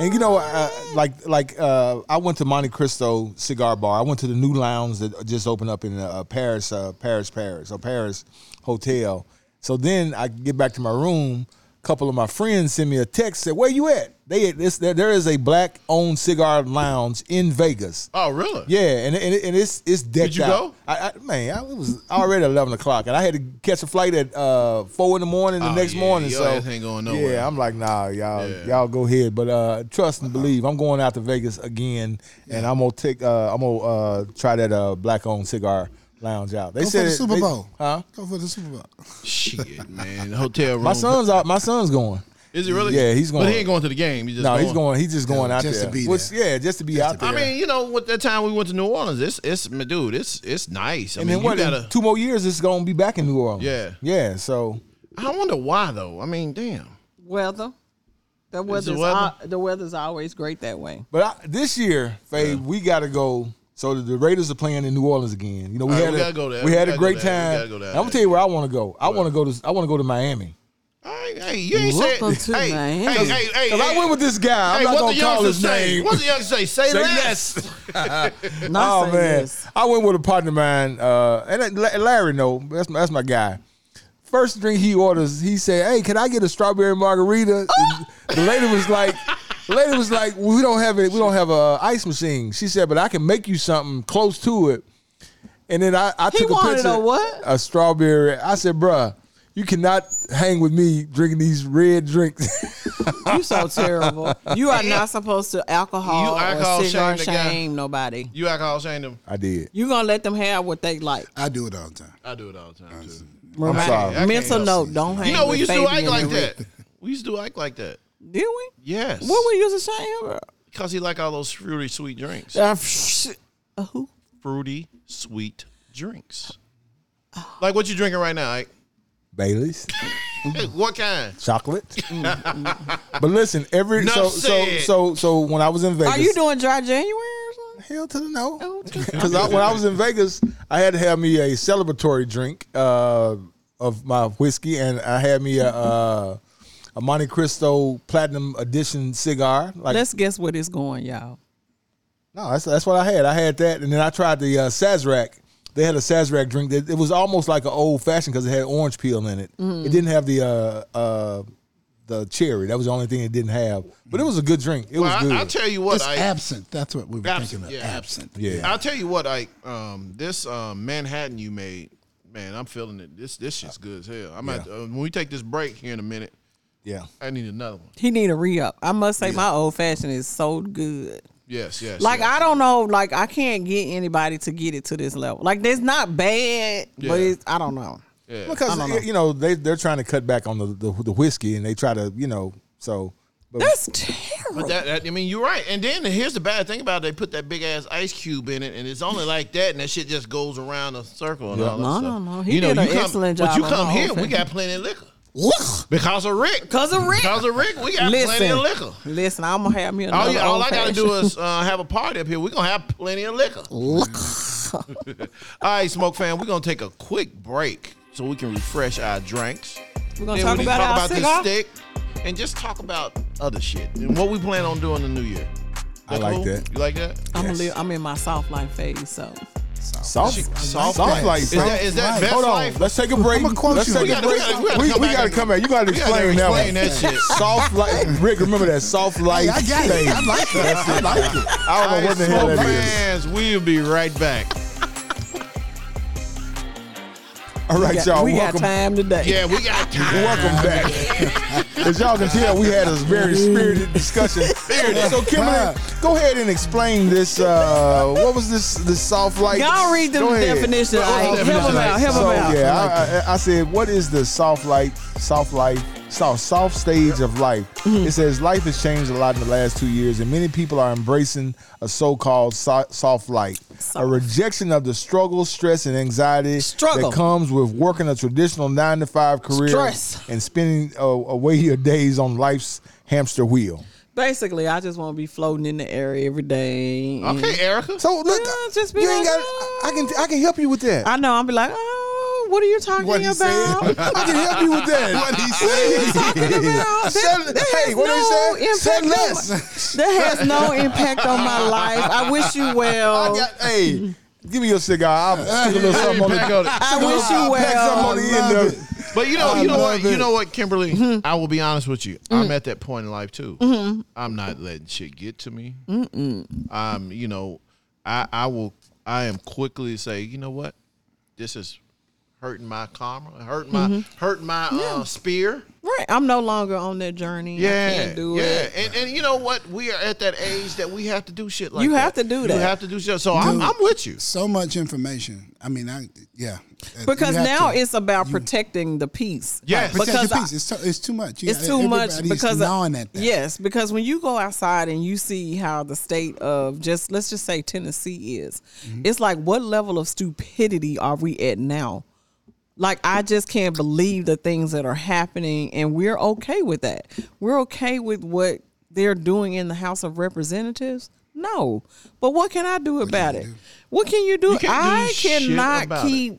S1: And you know, uh, like like uh, I went to Monte Cristo Cigar Bar. I went to the new lounge that just opened up in uh, Paris, uh, Paris, Paris, or Paris Hotel. So then I get back to my room. couple of my friends sent me a text said, "Where you at?" They at this there, there is a black owned cigar lounge in Vegas.
S2: Oh, really?
S1: Yeah, and and, and it's it's decked
S2: Did you
S1: out.
S2: go?
S1: I, I, man, I, it was already eleven o'clock, and I had to catch a flight at uh, four in the morning the
S2: Oh,
S1: next
S2: yeah,
S1: morning.
S2: your
S1: So
S2: ass ain't going nowhere.
S1: Yeah, I'm like, nah, y'all,
S2: Yeah. Uh-uh.
S1: y'all go ahead, but uh, trust and believe. I'm going out to Vegas again, and I'm gonna take, uh, I'm gonna uh, try that uh, black owned cigar lounge out. They
S4: Go
S1: said
S4: for the
S1: it-
S4: Super
S1: they-
S4: Bowl.
S1: huh?
S4: Go for the Super Bowl.
S2: Shit, man. Hotel room.
S1: My son's out. My son's going.
S2: Is he really?
S1: Yeah, he's going.
S2: But he ain't going to the game. He's just
S1: No,
S2: going.
S1: he's going. He's just going out
S4: just to
S1: there.
S4: be
S1: Which-
S4: there.
S1: Yeah, just to be out there.
S2: I mean, you know, with that time we went to New Orleans, it's it's dude, it's it's nice. I
S1: and
S2: mean,
S1: then what?
S2: you
S1: in
S2: gotta.
S1: two more years, it's gonna be back in New Orleans.
S2: Yeah.
S1: yeah. So
S2: I wonder why though. I mean, damn.
S3: Weather. The weather's
S2: the
S3: the,
S2: weather?
S3: al- the weather's always great that *laughs* way.
S1: But I, this year, Faye, we got to go. So the, the Raiders are playing in New Orleans again. You know, we
S2: All right,
S1: had
S2: we
S1: a
S2: gotta go there.
S1: we
S2: We
S1: had a
S2: gotta go
S1: great
S2: there. We
S1: time.
S2: gotta go down
S1: I'm gonna
S2: there.
S1: tell you where I want to go. I want to go to I want to go to Miami.
S2: Hey, hey, you ain't
S3: Welcome
S2: said.
S3: to
S2: hey, hey,
S3: Miami.
S2: hey, hey,
S1: Because I
S2: hey.
S1: went with this guy. I'm
S2: Hey,
S1: not
S2: what
S1: gonna
S2: the
S1: call
S2: youngsters
S1: his
S2: say?
S1: name.
S2: What the youngsters say? Say,
S1: Say
S2: less.
S3: Not
S1: Oh
S3: saying
S1: man,
S3: this.
S1: I went with a partner of mine, uh, and that- La- Larry. No, that's my, that's my guy. First drink he orders, he said, "Hey, can I get a strawberry margarita?"
S3: *laughs*
S1: the lady was like, "The lady was like, we don't have it. We don't have a ice machine." She said, "But I can make you something close to it." And then I, I
S3: He
S1: took a
S3: wanted
S1: picture.
S3: a what?
S1: A strawberry. I said, "Bruh, you cannot hang with me drinking these red drinks." *laughs*
S3: You so terrible. *laughs* You are not supposed to alcohol,
S2: You alcohol
S3: or cigar
S2: shame the
S3: shame,
S2: guy.
S3: nobody.
S2: You alcohol shamed him.
S1: I did.
S3: You gonna let them have what they like.
S4: I do it all the time.
S2: I do it all the time too.
S1: I'm sorry.
S2: I
S3: Mental
S2: can't-
S3: note: Don't hang.
S2: You know, we
S3: with
S2: used to
S3: Fabian
S2: act like
S3: and Rick.
S2: that. We used to act like that.
S3: Did we?
S2: Yes.
S3: What we used to shame her?
S2: Because he like all those fruity sweet drinks.
S3: Uh, psh- uh, who?
S2: Fruity sweet drinks. Like what you drinking right now? Ike?
S1: Bailey's Mm-hmm. *laughs*
S2: what kind?
S1: chocolate. but listen, every so,
S2: Enough
S1: so
S2: said.
S1: so so when I was in Vegas,
S3: Are you doing dry January or something?
S1: Hell to the no.
S3: Oh, okay.
S1: Because I, when I was in Vegas, I had to have me a celebratory drink uh, of my whiskey, and I had me a, uh a Monte Cristo Platinum Edition cigar. Like
S3: Let's guess what it's going, y'all.
S1: no, that's that's what I had. I had that, and then I tried the uh, Sazerac. They had a Sazerac drink. That, it was almost like an old fashioned because it had orange peel in it. It didn't have the uh, uh, the cherry. That was the only thing it didn't have. But it was a good drink. It was
S2: Well,
S1: good.
S2: I, I'll tell you what,
S4: it's
S2: Ike.
S4: absent. That's what we were
S2: Absent,
S4: thinking of.
S2: yeah.
S4: Absent.
S1: yeah.
S2: I'll tell you what, Ike. Um, this um, Manhattan you made, man, I'm feeling it. This this shit's good as hell. I'm at, uh, when we take this break here in a minute.
S1: yeah.
S2: I need another one.
S3: He need a re up. I must say, my old fashioned is so good.
S2: Yes, yes.
S3: Like
S2: yes.
S3: I don't know, like I can't get anybody to get it to this level. Like it's not bad,
S2: Yeah.
S3: but it's, I don't know.
S2: Yeah.
S1: because
S3: I don't
S1: y-
S3: know.
S1: you know they they're trying to cut back on the, the the whiskey and they try to you know so but
S3: That's terrible.
S2: But that, that- I mean, you're right. And then here's the bad thing about it. They put that big ass ice cube in it, and it's only like that, and that shit just goes around a circle. And all that
S3: No,
S2: stuff.
S3: no, no. He did an
S2: come,
S3: excellent
S2: But
S3: job
S2: you
S3: on
S2: come
S3: the whole
S2: here, we
S3: thing.
S2: got plenty of liquor. Because of Rick.
S3: Cause of Rick.
S2: Because of Rick, we got plenty
S3: listen,
S2: of liquor.
S3: listen, I'm gonna have me another.
S2: All, you, all I got to
S3: old-fashioned.
S2: do is uh, have a party up here. We're going to have plenty of liquor. all *laughs* right, Smoke Fan, we're going to take a quick break so we can refresh our drinks.
S3: We're gonna
S2: Then
S3: talk
S2: we
S3: about, our
S2: talk
S3: cigar?
S2: about this stick and just talk about other shit and what we plan on doing in the new year.
S1: I like that.
S2: You like that?
S3: I'm gonna live, I'm in my soft life phase, so
S1: soft
S2: soft
S1: soft
S2: life.
S1: like
S2: Is that- is that best
S1: hold on
S2: life?
S1: let's take a break
S4: I'ma quote
S1: let's
S4: you.
S1: take
S4: We
S1: a
S2: gotta-
S1: break
S2: we gotta- we gotta
S1: we,
S2: come
S1: we
S2: back
S1: gotta
S2: and-
S1: come back you gotta
S2: we gotta
S1: explain, that, one.
S2: explain that shit.
S1: *laughs* soft life Rick remember that soft life
S4: I got it.
S1: thing
S4: I like it. I like it.
S1: I don't know what the hell
S2: Smoke
S1: that is
S2: fans, we'll be right back.
S1: all
S3: we
S1: right
S3: got,
S1: y'all
S3: we got
S1: welcome
S3: time today.
S2: Yeah, we got
S1: *laughs*
S2: time.
S1: welcome back *laughs* as y'all can tell we had a very spirited discussion so Kimberly go ahead and explain this uh, what was this this soft life
S3: Y'all read them
S1: Go ahead.
S3: definitions. Like,
S2: the
S3: help them
S2: definition?
S3: out. Help them
S1: So
S3: out.
S1: yeah, I, I, I said, what is the soft life, soft life, soft soft stage of life?
S3: Mm-hmm.
S1: It says life has changed a lot in the last two years, and many people are embracing a so-called so- soft life, a
S3: Soft.
S1: rejection of the struggle, stress, and anxiety
S3: Struggle.
S1: that comes with working a traditional nine to five career
S3: Stress.
S1: and spending uh, away your days on life's hamster wheel.
S3: Basically, I just want to be floating in the air every day.
S1: Uh, Mm-hmm.
S3: and-
S2: Okay, Erica.
S1: So look,
S3: Yeah, just be
S1: you ain't
S3: like,
S1: got. I can I can help you with that.
S3: I know. I'll be like, oh, what are you talking
S4: What
S3: *laughs*
S4: he
S3: about?
S1: I can help you with
S3: *laughs*
S1: that.
S4: What he
S3: talking *laughs* about? That-
S1: Said-
S3: that
S1: hey,
S3: has
S1: what
S3: no
S1: they said? Said
S3: impact on
S1: less. *laughs*
S3: That has no impact on my life. I wish you well.
S1: I
S3: I,
S1: got, hey, give me your cigar. I'll stick a little something on
S2: Back
S1: it.
S2: on it.
S3: wish you
S1: I'll pack something
S3: well.
S1: on the end of it.
S2: But you know,
S1: I
S2: you know
S1: love
S2: what, you
S1: it.
S2: know what, Kimberly.
S3: Mm-hmm.
S2: I will be honest with you. I'm at that point in life too. I'm not letting shit get to me. I'm, you know, I I will. I am quickly say, you know what, this is hurting my karma, hurting my
S3: Mm-hmm.
S2: hurting my uh, spear.
S3: Right. I'm no longer on that journey. I
S2: Yeah,
S3: can't do
S2: yeah.
S3: it.
S2: And and you know what, we are at that age that we have to do shit like
S3: You have
S2: that.
S3: to do
S2: You
S3: that.
S2: have to do shit. So I'm,
S4: Dude.
S2: I'm with you.
S4: so much information. I mean, I yeah. Uh, You
S3: Because
S4: have
S3: now
S4: to-
S3: it's about protecting the peace.
S2: Yes.
S4: protect
S3: because
S4: your
S3: I-
S4: peace. It's, too, it's too much. You
S3: it's
S4: got-
S3: too much
S4: everybody's
S3: because
S4: gnawing at that.
S3: yes because when you go outside and you see how the state of just let's just say tennessee is
S4: Mm-hmm.
S3: it's like what level of stupidity are we at now like i just can't believe the things that are happening and we're okay with that we're okay with what they're doing in the house of representatives no but what can i do about it what can you do
S2: You can't do
S3: i
S2: shit
S3: cannot
S2: about it.
S3: keep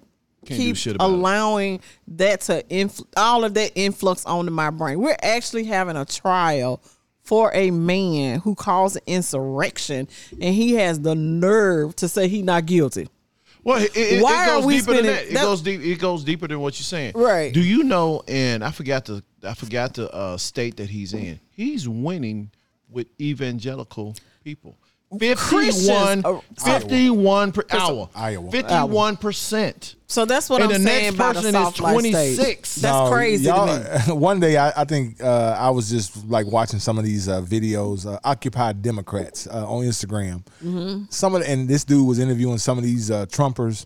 S2: Can't do
S3: keep
S2: shit about it.
S3: allowing that to infl- all of that influx onto my brain. We're actually having a trial for a man who caused an insurrection, and he has the nerve to say he not guilty.
S2: Well, it, it,
S3: Why
S2: it
S3: are
S2: goes
S3: we
S2: deeper
S3: spending-
S2: than that. It
S3: that-
S2: goes deep. It goes deeper than what you're saying.
S3: Right.
S2: Do you know? And I forgot the I forgot the uh, state that he's in. He's winning with evangelical people. 51
S3: Christians are-
S2: 51 per hour.
S1: Iowa.
S2: 51 percent.
S3: So that's what
S2: And
S3: I'm
S2: the
S3: saying
S2: next
S3: about a
S2: person is
S3: soft life stage.
S2: 26.
S3: That's
S1: No,
S3: crazy
S1: Um, y'all-
S3: to
S1: *laughs*
S3: me.
S1: One day, I, I think uh, I was just like watching some of these uh, videos, uh, Occupy Democrats uh, on Instagram.
S3: Mm-hmm.
S1: Some of the, and this dude was interviewing some of these uh, Trumpers.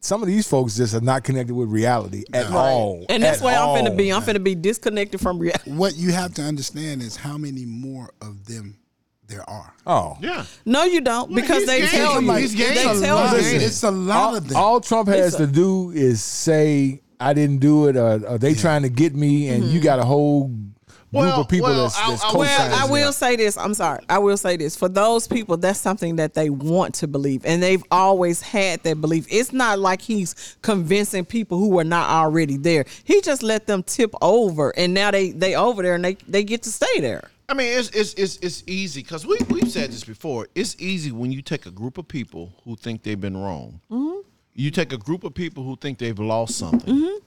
S1: Some of these folks just are not connected with reality at all.
S3: And that's
S1: at
S3: where I'm
S1: all.
S3: finna be. I'm finna be disconnected from reality.
S4: What you have to understand is how many more of them there are.
S1: Oh,
S2: Yeah.
S3: *laughs* No, you don't, because
S2: he's
S3: they
S2: gay.
S3: tell you.
S2: Somebody-
S3: They
S2: He's gay.
S4: it's, a
S3: tell
S4: lot,
S3: you.
S4: it's a lot
S1: Oh, all,
S4: of them.
S1: all Trump has to do is say, "I didn't do it," or, or they trying to get me, and you got a whole group
S2: Well,
S1: of people
S2: well,
S1: that's,
S2: I-
S1: that's
S2: I-
S1: co
S2: Well,
S3: I will say this. I'm sorry. I will say this. For those people, that's something that they want to believe, and they've always had that belief. It's not like he's convincing people who were not already there. He just let them tip over, and now they they over there, and they they get to stay there.
S2: I mean, it's it's it's, it's easy because we we've said this before. It's easy when you take a group of people who think they've been wrong.
S3: Mm-hmm.
S2: You take a group of people who think they've lost something.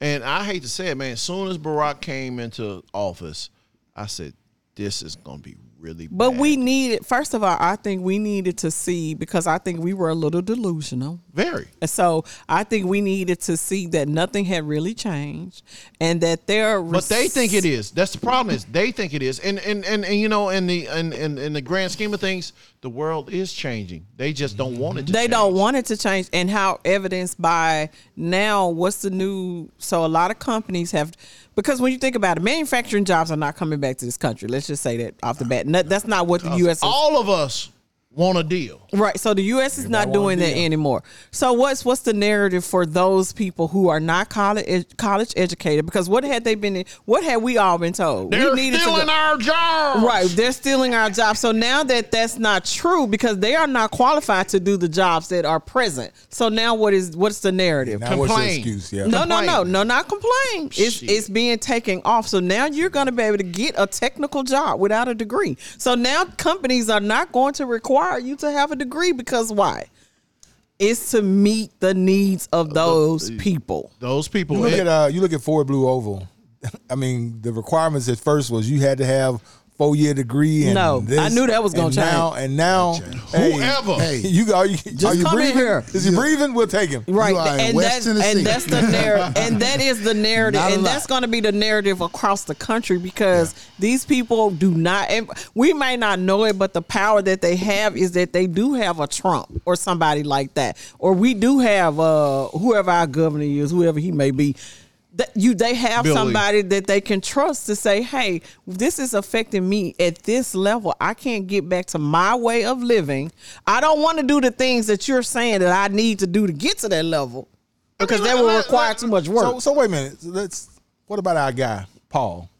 S2: And I hate to say it, man. As soon as Barack came into office, I said, "This is going to be really."
S3: But
S2: bad."
S3: we needed, first of all, I think we needed to see because I think we were a little delusional.
S2: very
S3: And so I think we needed to see that nothing had really changed, and that their
S2: But they think it is. That's the problem. Is they think it is, and and and, and you know, in the in, in in the grand scheme of things, the world is changing. They just don't want it to.
S3: they
S2: change.
S3: don't want it to change and how evidenced by now what's the new so a lot of companies have because when you think about it manufacturing jobs are not coming back to this country let's just say that off the bat No, that's not what the us is
S2: All of us want a deal.
S3: right so the us is not
S1: Everybody wanna
S3: doing that
S1: be
S3: anymore so what's what's the narrative for those people who are not college ed- college educated because what had they been in, what had we all been told
S2: They're
S3: we needed
S2: stealing
S3: go-
S2: our jobs.
S3: Right, they're stealing our jobs. So now that that's not true because they are not qualified to do the jobs that are present. So now what is what's the narrative?
S1: Now what's the
S2: Complain.
S1: excuse? Yeah.
S3: No, no, no,
S2: complain.
S3: no, not complain. It's
S2: Shit.
S3: it's being taken off. So now you're going to be able to get a technical job without a degree. So now companies are not going to require you to have a degree because why? It's to meet the needs of those people.
S2: Those people.
S1: You look
S2: and-
S1: at uh, you look at Ford Blue Oval. *laughs* I mean, the requirements at first was you had to have four year degree. And
S3: No,
S1: this,
S3: I knew that was
S1: and
S3: gonna
S1: Now and now, hey,
S2: Whoever.
S1: hey, you are you, are you
S3: come in
S1: breathing?
S3: here.
S1: Is he
S4: You-
S1: breathing? We'll take him.
S3: Right,
S4: You are in
S3: and
S4: West
S3: that's
S4: Tennessee.
S3: and that's the narrative, and that is the narrative,
S4: Not a
S3: and
S4: lot.
S3: that's going to be the narrative across the country because these people do not. And we may not know it, but the power that they have is that they do have a Trump or somebody like that, or we do have uh whoever our governor is, whoever he may be. That you, they have
S2: Billy.
S3: somebody that they can trust to say, "Hey, this is affecting me at this level. I can't get back to my way of living. I don't want to do the things that you're saying that I need to do to get to that level." because
S2: mean,
S3: that will
S2: let- let-
S3: require too much work.
S1: So, so wait a minute. So Let's. What about our guy Paul?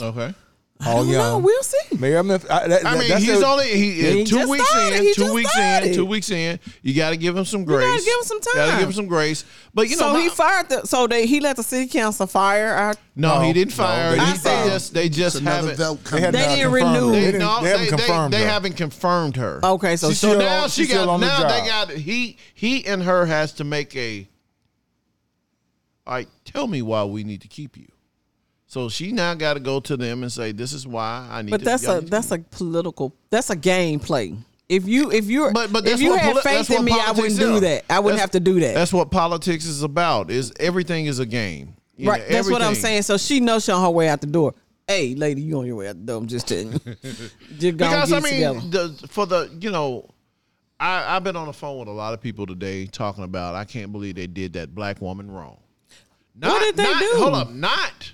S2: okay.
S1: Paul
S3: no,
S1: Young.
S3: we'll see.
S1: Maybe I'm. If, I, that,
S2: I
S1: that-
S2: mean,
S1: that's
S2: he's
S1: a-
S2: only he, uh,
S3: He
S2: two
S3: just
S2: weeks
S3: started. He
S2: in. Two
S3: just
S2: weeks
S3: started.
S2: in. Two weeks in. You got to give him some grace.
S3: give him some
S2: Got to
S3: time.
S2: give him some grace. But you know,
S3: so
S2: my-
S3: he fired the. So they he let the city council fire. Our,
S2: no,
S1: No,
S2: he didn't
S1: no,
S2: fire.
S1: they
S2: they,
S3: didn't fire.
S2: just they just
S4: It's another
S2: haven't.
S4: vote
S1: They,
S4: coming.
S1: had
S3: They
S1: not
S3: didn't
S1: confirmed her.
S3: renew. They-
S1: They,
S2: They,
S1: didn't,
S2: no,
S1: they
S2: they,
S1: haven't
S2: they-
S1: confirmed.
S2: they
S1: her.
S2: haven't confirmed her.
S3: Okay, so
S2: See,
S3: still
S2: now
S1: on-
S2: she
S1: she's still
S2: got
S1: on the
S2: now they
S1: job.
S2: got he he and her has to make a All right, tell me why we need to keep you. So she now got to go to them and say, "This is why I need."
S3: But
S2: to,
S3: that's
S2: y'all
S3: a
S2: need to
S3: that's a political that's a game play. If you if you're
S2: But but
S3: if
S2: that's
S3: you
S2: what
S3: had
S2: poli-
S3: faith
S2: that's
S3: in
S2: what
S3: me, I
S2: politics
S3: wouldn't do
S2: is.
S3: that. I wouldn't
S2: That's-
S3: have to do that.
S2: That's what politics is about. Is everything is a game. You
S3: Right.
S2: know,
S3: That's what I'm
S2: everything.
S3: saying. So she knows she on her way out the door. Hey, lady, you on your way out the door. I'm
S2: *laughs*
S3: just telling you. just go
S2: Because
S3: get
S2: I
S3: it together.
S2: mean, the, for the you know, I I've been on the phone with a lot of people today talking about I can't believe they did that black woman wrong. Not,
S3: did they
S2: not-
S3: do?
S2: Hold up, not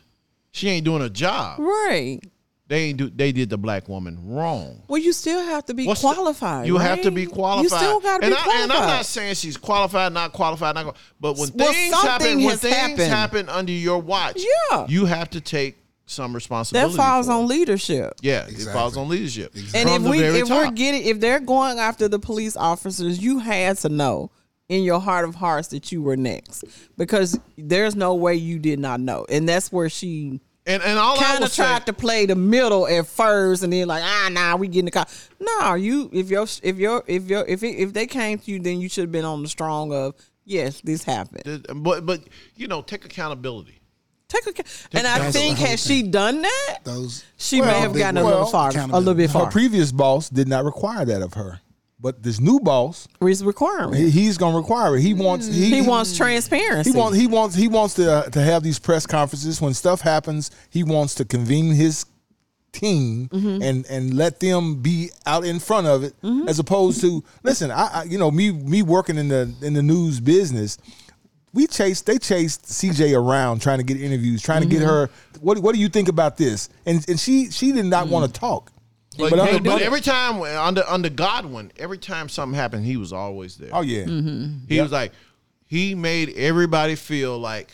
S2: she ain't doing a job.
S3: Right.
S2: They ain't do. They did the black woman wrong.
S3: Well, you still have to be
S2: What's the-
S3: qualified.
S2: you have to
S3: right?
S2: be qualified.
S3: You still got to
S2: and
S3: be
S2: I,
S3: qualified.
S2: And I'm not saying she's qualified, not qualified, not. qual- But when
S3: Well,
S2: things
S3: something
S2: happen, when
S3: has
S2: things
S3: happened.
S2: happen under your watch,
S3: Yeah.
S2: you have to take some
S3: that
S2: responsibility.
S3: falls
S2: for it.
S3: on leadership.
S2: Yeah, it
S4: Exactly.
S2: falls on leadership. From
S3: And if
S2: the
S3: we
S2: very
S3: if we're
S2: top.
S3: getting if they're going after the police officers, you had to know in your heart of hearts that you were next because there's no way you did not know, and that's where she
S2: and and all I
S3: kind
S2: would
S3: of
S2: say,
S3: tried to play the middle at first, and then like ah nah, we getting the car. Nah, you if your if your if your if it, if they came to you, then you should have been on the strong of yes, this happened.
S2: th- but but you know, take accountability.
S3: Take a, and I
S4: counsel,
S3: think
S4: the whole
S3: had she done that,
S4: Those
S3: she may
S1: Well,
S3: have
S1: they-
S3: gotten a
S1: well,
S3: little far, a little bit
S1: Her
S3: far.
S1: previous boss did not require that of her, but this new boss,
S3: It's requirement.
S1: he- he's gonna require it. He wants he,
S3: He wants transparency.
S1: He wants he wants he wants to uh, to have these press conferences when stuff happens. He wants to convene his team and and let them be out in front of it, as opposed to listen. I, I you know me me working in the in the news business. We chased they chased CJ around trying to get interviews, trying to get her. What what do you think about this? And and she she did not want to talk.
S2: But,
S1: But
S2: but,
S1: under-
S2: but every time when- under under Godwin, every time something happened, he was always there.
S1: Oh yeah,
S2: he was like, he made everybody feel like,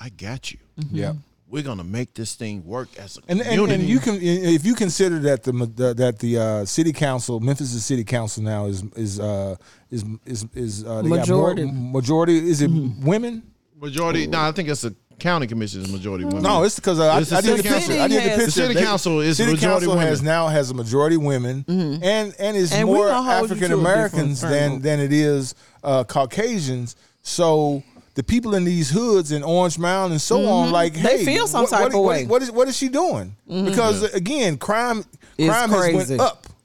S2: I got you.
S3: Mm-hmm.
S1: yeah.
S2: We're gonna make this thing work as a
S1: And, and,
S2: community.
S1: and you can if you consider that the that the uh, city council, Memphis' city council now is is uh, is is is uh, they got more-
S3: Majority.
S1: majority is it women?
S2: Majority. No, I think it's the county commission is majority women.
S1: No,
S2: *laughs*
S1: it's because I,
S2: Mm. It's
S1: I
S2: the
S1: did the
S2: city
S1: picture. I did the
S3: has-
S1: picture.
S3: The
S2: city
S1: They-
S2: council is
S1: city
S2: majority
S1: council has
S2: women.
S1: now has a majority women, and and is
S3: Mm-hmm. And we
S1: more
S3: gonna hold you to a
S1: African Americans
S3: different
S1: than
S3: framework.
S1: than it is uh, Caucasians. So. The people in these hoods in Orange Mound and so on, like,
S3: Mm-hmm. They
S1: hey,
S3: feel some
S1: what-
S3: type
S1: what-
S3: of
S1: what-
S3: way. Mm-hmm.
S1: What is what is she doing? Because again, crime
S3: It's
S1: crime has
S3: crazy. Mm-hmm.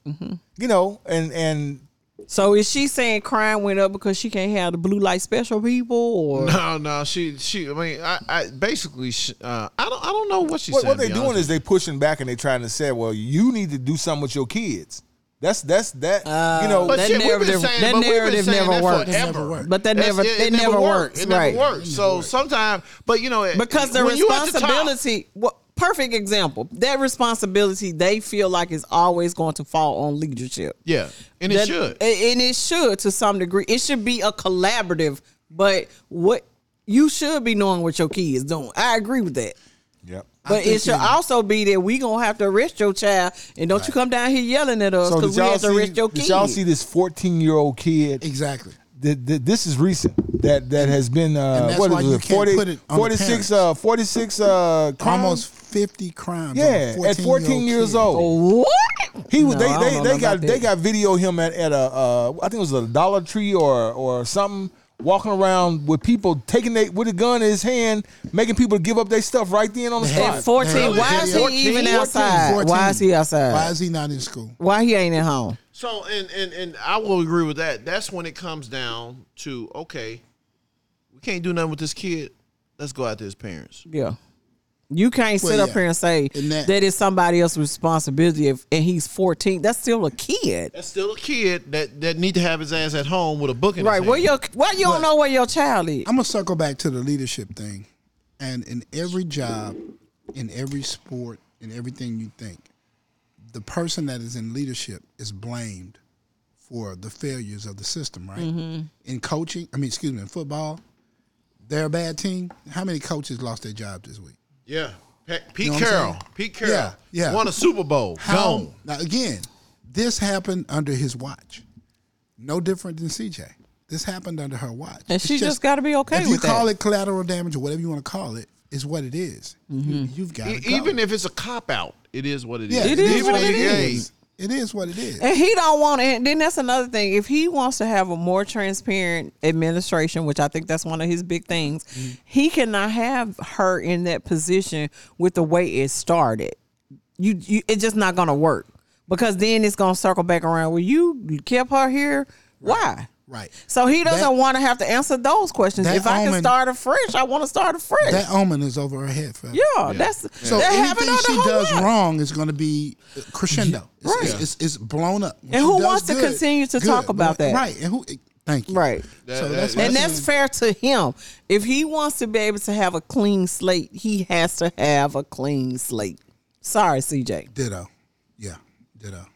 S1: went up, you know, and and
S3: So is she saying crime went up because she can't have the blue light special people or
S2: No, no, Oh, she, she. I mean, I, I basically, sh- uh, I don't, I don't know what she's
S1: what,
S2: saying.
S1: what they're doing is they pushing back and they trying to say, well, you need to do something with your kids. That's that's that you know.
S3: But Uh, that narrative- that narrative never worked.
S4: It never worked.
S3: but that never it, never works,
S2: It never
S3: right?
S2: works. So sometimes, but you know,
S3: Because the
S2: when you at the top-
S3: responsibility what perfect example. That responsibility they feel like is always going to fall on leadership.
S2: yeah, and it
S3: That-
S2: should.
S3: a- And it should to some degree. It should be a collaborative, but what you should be knowing what your kids doing. I agree with that.
S1: Yep.
S3: But it should also be that we gonna have to arrest your child, and don't you come down here yelling at us
S1: So
S3: because
S1: did
S3: we
S1: y'all,
S3: have to
S1: see,
S3: arrest your
S1: did
S3: kid.
S1: y'all see this 14 year old kid?
S4: exactly.
S1: Th- th- this is recent. That that has been uh,
S4: that's
S1: what
S4: why
S1: is
S4: you
S1: it?
S4: can't
S1: 40,
S4: put it on the
S1: 46
S4: parents.
S1: uh, 46 uh, crimes?
S4: Almost fifty crimes. on a
S1: yeah at 14 years
S4: kid.
S1: old.
S3: what?
S1: He was
S3: Oh, No, I don't
S1: they they,
S3: know
S1: they
S3: about
S1: got
S3: that.
S1: they got video him at at a uh, I think it was a Dollar Tree or or something walking around with people taking they with a gun in his hand making people give up their stuff right then on the
S4: Yeah.
S3: At
S1: spot.
S3: fourteen,
S4: Really?
S3: why is he
S4: 14?
S3: even
S4: 14?
S3: outside? Why is he outside?
S4: Why
S3: Why,
S4: is he not in school?
S3: he ain't at home?
S2: So and and and I will agree with that. That's when it comes down to okay, we can't do nothing with this kid. Let's go after his parents.
S3: Yeah, you can't sit
S4: Well,
S3: up
S4: yeah.
S3: here and say
S4: And that-
S3: that it's somebody else's responsibility, if, and he's fourteen. That's still a kid,
S2: That's still a kid that that need to have his ass at home with a book in his
S3: right?
S2: hand.
S3: Where your why you don't know where your child is?
S4: I'm gonna circle back to the leadership thing, and in every job, in every sport, in everything you think, the person that is in leadership is blamed for the failures of the system, right?
S3: Mm-hmm.
S4: In coaching, I mean, excuse me, in football, they're a bad team. How many coaches lost their job this week?
S2: Yeah. Pe- Pete
S4: know what I'm
S2: Carroll.
S4: saying?
S2: Pete Carroll.
S4: Yeah, yeah.
S2: Won a Super Bowl.
S4: How?
S2: Gone.
S4: Now again, this happened under his watch. No different than CJ. This happened under her watch.
S3: And
S4: It's
S3: she just gotta be okay
S4: If you
S3: with that.
S4: call it collateral damage or whatever you want to call it, is what it is. You, have got
S2: E-
S4: to
S2: Even if it's a cop out, it is what it is.
S4: Yeah, it
S3: is
S2: Even
S3: what
S2: if
S3: Mm-hmm. it
S2: you-
S4: is. It is what it is.
S3: And he don't want it. Then that's another thing. If he wants to have a more transparent administration, which I think that's one of his big things,
S4: Mm-hmm.
S3: he cannot have her in that position with the way it started. You, you it's just not gonna work because then it's gonna circle back around. Well, you, you kept her here. Why?
S4: Right.
S3: So he
S4: That-
S3: doesn't want to have to answer those questions.
S4: that
S3: If I can
S4: omen-
S3: start afresh, I want to start afresh.
S4: That omen is over her head. Forever.
S3: yeah, that's
S4: So
S3: that happened
S4: anything
S3: on the
S4: she
S3: whole
S4: does
S3: lot.
S4: wrong is going to be uh, crescendo. It's,
S3: Right.
S4: it's, it's, it's blown up. When
S3: And
S4: she
S3: who
S4: does
S3: wants to continue to talk about that?
S4: Right. And who? Thank you.
S3: Right.
S2: That-
S4: so
S2: that-
S4: that's
S3: and
S4: what
S3: that's fair to him. If he wants to be able to have a clean slate, he has to have a clean slate. Sorry, CJ.
S4: ditto. Yeah. Ditto.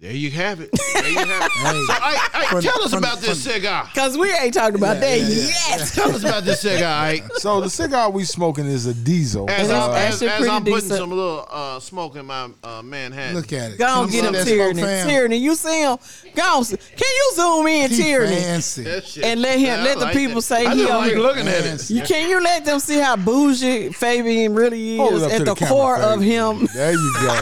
S2: There you have it. There you
S3: *laughs*
S2: have it. So, I,
S4: Fun-
S2: tell us
S4: fun-
S2: about this cigar.
S3: Because we ain't talking about that
S4: yeah, yeah.
S3: yet.
S2: Tell us about this cigar.
S3: *laughs*
S2: Ike.
S1: So the cigar we smoking is a diesel.
S2: As,
S3: It's
S2: I'm, as,
S3: actually
S2: as
S3: pretty
S2: I'm putting
S3: decent.
S2: some little uh, smoke in my uh, Manhattan.
S4: Look at it.
S3: Go on,
S4: Can
S3: get
S4: you
S3: him,
S4: see that
S3: Tierney.
S4: smoke, fam?
S3: Tierney, you see him? Go on. Can you zoom in,
S4: He
S3: Tierney?
S4: fancy.
S2: That shit.
S3: And let him-
S2: I
S3: let the
S2: like
S3: people
S2: that.
S3: say
S2: I
S3: he
S2: just
S3: over
S2: like
S3: here.
S2: looking at it.
S4: Fancy.
S3: Can you let them see how bougie Fabian really
S1: Hold it
S3: is
S1: up
S3: at
S1: to the
S3: the,
S1: camera,
S3: core of
S1: Fabian. *laughs*
S3: him?
S1: There you go.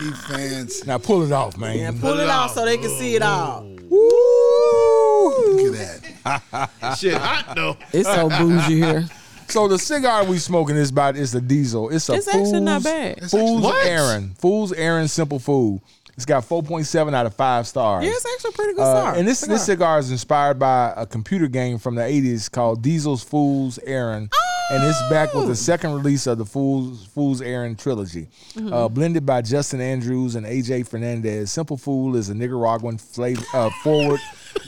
S4: He
S1: *laughs*
S4: fancy.
S1: Now pull it off,
S3: *laughs*
S1: man.
S3: And pull it out so they can see it all.
S4: Look
S3: Woo!
S4: at that.
S2: Shit, hot though.
S3: It's so bougie here.
S1: So the cigar we smoking is about it's a diesel. It's a
S3: It's
S1: fool's,
S3: actually not bad.
S4: It's actually-
S1: Fool's
S2: What?
S1: Aaron. Fool's Aaron Simple Food. It's got 4.7 out of five stars.
S3: *laughs* Yeah, it's actually a pretty good.
S1: Uh,
S3: cigar.
S1: and this
S3: Cigar.
S1: this cigar is inspired by a computer game from the 80s called Diesel's Fool's Errand. And it's back with
S3: Oh!
S1: the second release of the Fool's Fool's Errand trilogy,
S3: Mm-hmm.
S1: uh, blended by Justin Andrews and AJ Fernandez. Simple Fool is a Nicaraguan flavor uh, forward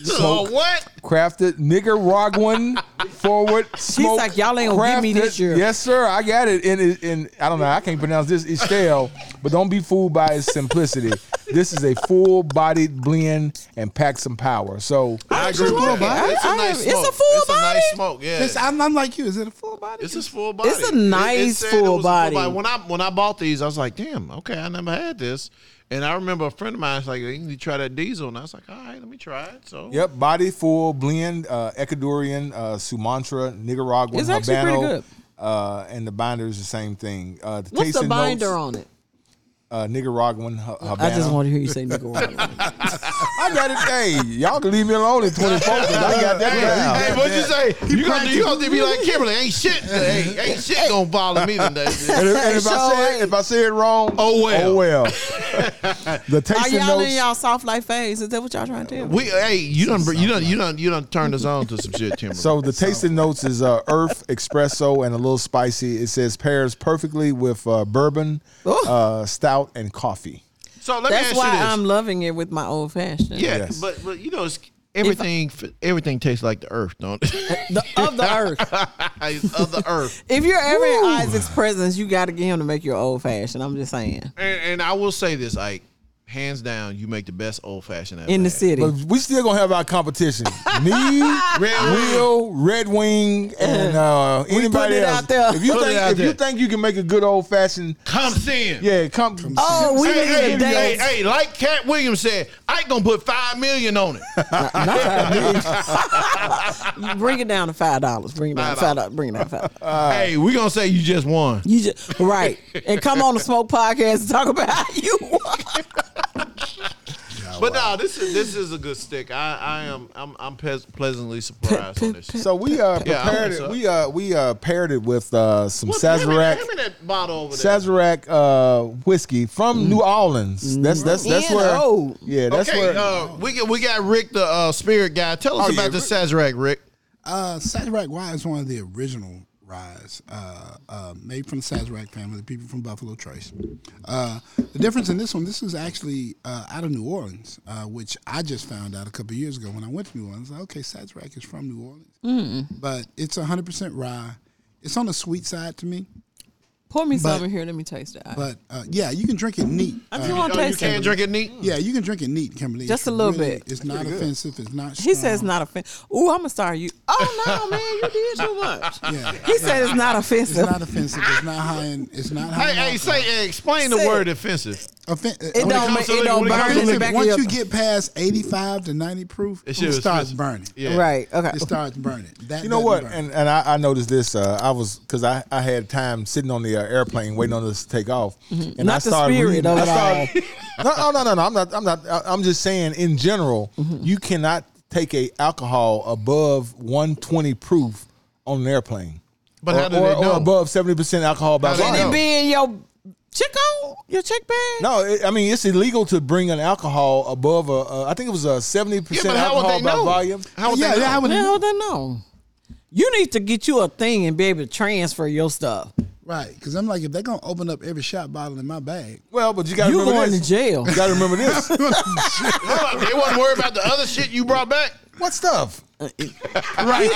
S2: So
S1: smoke
S2: what?
S1: crafted Nicaraguan
S3: *laughs*
S1: forward smoke.
S3: like, "Y'all ain't gonna give me
S1: crafted-
S3: this year."
S1: Yes, sir, I got it. And, it- and I don't know, I can't pronounce this Estelle, but don't be fooled by its simplicity. this is a full-bodied blend and pack some power. So
S2: I agree with
S4: full
S2: that.
S4: body.
S2: It's a
S3: I- I-
S2: nice
S3: it's a
S2: smoke.
S3: full
S2: It's a nice
S3: body.
S2: smoke. Yeah.
S4: It's- I'm, I'm like you. Is it a full body?
S2: This is full body.
S3: It's a
S2: It- it
S3: nice
S2: said it
S3: full
S2: was a
S3: body.
S2: When I when I bought these, I was like, damn, okay, I never had this. And I remember a friend of mine was like, you need to try that diesel. And I was like, all right, let me try it. So
S1: Yep, body full blend, uh, Ecuadorian, uh, Sumatra, Nicaraguan,
S3: It's actually pretty
S1: Habano,
S3: good.
S1: Uh, and the binder is the same thing. Uh, the
S3: What's
S1: tasting
S3: the binder
S1: notes,
S3: on it?
S1: Uh, Nicaraguan Ha- Habano.
S3: I just want to hear you
S2: *laughs*
S3: say Nicaraguan.
S1: I got it. Hey, y'all can leave me alone in twenty four. I got
S2: *laughs* Hey, hey,
S1: that. down.
S2: what'd you say? you gonna you gonna be like Kimberly? Ain't
S3: *laughs*
S2: shit. hey, ain't shit gonna bother me today.
S1: And, if, and if I say it, if I say it wrong,
S2: Oh, well.
S1: oh
S2: *laughs*
S1: well. the
S3: Are
S1: tasting
S3: y'all
S1: notes.
S3: in y'all soft life phase? Is that what y'all trying to tell me?
S2: We hey, you done you done you done you done turned us on to some shit, Kimberly.
S1: So the tasting notes is uh, earth espresso and a little spicy. It says pairs perfectly with uh, bourbon,
S3: Ooh.
S1: uh, stout, and coffee.
S2: so let
S3: That's
S2: me
S3: why
S2: ask you this.
S3: I'm loving it with my old fashioned.
S2: yeah,
S1: Yes.
S2: but but you know it's everything f everything tastes like the earth, don't it?
S3: The,
S2: *laughs*
S3: of the earth.
S2: It's of the earth. *laughs*
S3: If you're ever in Isaac's presence, you got to get him to make your old fashioned. I'm just saying.
S2: And, and I will say this, Ike, hands down, you make the best old fashioned
S3: In the city.
S1: But we still gonna have our
S3: *laughs*
S1: competition. Me,
S2: Red
S1: Will, Red Wing, and uh, anybody
S3: it
S1: else.
S3: out there.
S1: If you
S2: Put it
S1: think
S2: out
S1: if you
S2: there.
S1: think you can make a good old fashioned,
S2: Come sin.
S1: yeah, come.
S3: oh, we
S2: Hey,
S3: didn't
S2: hey,
S3: even
S2: hey,
S3: dance.
S2: hey, like Cat Williams said, I ain't gonna put five million
S3: *laughs*
S2: on it.
S3: Bring it down to five dollars. Bring it down to
S2: Five
S3: five dollars. Bring it down to five. dollars.
S2: hey, we gonna say you just won.
S3: You just right and come on the smoke podcast and talk about how you.
S2: But no, this is this is a good stick. I, I am I'm I'm pes- pleasantly surprised on this.
S1: So we uh
S2: Yeah, I
S1: prepared
S2: think
S1: it.
S2: so.
S1: We uh we uh paired it with uh some
S2: What- hand me-
S1: Sazerac
S2: hand me that bottle over there.
S1: Sazerac uh whiskey from
S3: Mm.
S1: New Orleans. That's that's that's
S3: And
S1: where
S3: old.
S1: Yeah, that's
S2: okay,
S1: where
S2: uh, we got, we got Rick the uh, spirit guy. Tell us
S1: Oh,
S2: about
S1: yeah,
S2: the Sazerac, Rick.
S4: Uh, Sazerac rye is one of the original ryes, uh, uh, made from the Sazerac family, the people from Buffalo Trace. Uh, the difference in this one, this was actually uh, out of New Orleans, uh, which I just found out a couple of years ago when I went to New Orleans. Like, okay, Sazerac is from New Orleans, but it's 100% rye. It's on the sweet side to me,
S3: Pour me some in here. Let me taste it.
S4: but uh, yeah, you can drink it neat.
S3: I
S4: Uh,
S3: just want to
S2: Oh, you
S3: taste it.
S2: can't drink it neat.
S4: yeah, you can drink it neat, Kimberly.
S3: Just
S4: It's
S3: a little
S4: really-
S3: bit.
S4: It's not offensive. It's not.
S3: He
S4: strong.
S3: says not a fan. Ooh, I'm gonna start you. Oh no, man, you did too much.
S4: Yeah.
S3: He said it's not
S4: It's
S3: offensive.
S4: not offensive. It's not high. In, it's not high.
S2: Hey,
S4: in
S2: hey,
S4: alcohol.
S2: say, hey, explain the
S3: Say
S2: word
S3: it.
S2: offensive.
S4: Offen-
S3: It
S4: when
S3: don't,
S2: comes
S3: ma-
S2: to
S3: it
S2: liquor-
S3: don't
S2: when it comes
S3: burn
S2: to
S3: in the
S2: liquor,
S3: back of
S4: once
S3: your
S4: you get past 85 to 90 proof, it,
S2: shit was
S4: starts
S2: expensive.
S4: burning.
S2: Yeah.
S3: right. Okay.
S4: It starts burning. That
S1: You know what?
S4: doesn't burn.
S1: And and I, I noticed this. Uh, I was because I, I had time sitting on the uh, airplane waiting on us to take off, and
S3: Mm-hmm. Not
S1: I
S3: the
S1: started
S3: spirit
S1: reading.
S3: of
S1: I
S3: it all.
S1: started, *laughs* no, oh, no, no, no. I'm not. I'm not. I- I'm just saying in general,
S3: Mm-hmm.
S1: you cannot take a alcohol above 120 proof on an airplane.
S2: But
S1: or,
S2: how do
S1: or,
S2: they
S1: or
S2: know?
S1: above 70 percent alcohol by
S2: How do
S1: volume?
S2: they
S3: Can
S2: No.
S3: it be in your check on your check bag?
S1: No, it, I mean it's illegal to bring an alcohol above a. a I think it was a seventy
S2: Yeah,
S1: percent
S2: but how would
S1: alcohol
S2: they
S1: by
S2: know?
S1: volume.
S2: How would
S4: yeah,
S2: they know?
S4: yeah, I would,
S3: *laughs* Hell, then no. You need to get you a thing and be able to transfer your stuff.
S4: right. Because I'm like, if they're gonna open up every shot bottle in my bag,
S1: Well, but you got to
S3: You
S1: remember
S3: going
S1: this.
S3: to jail.
S1: You got to remember
S3: *laughs*
S1: this.
S2: Hold on, they wasn't worried about the other shit you brought back.
S1: what stuff?
S3: *laughs*
S1: right.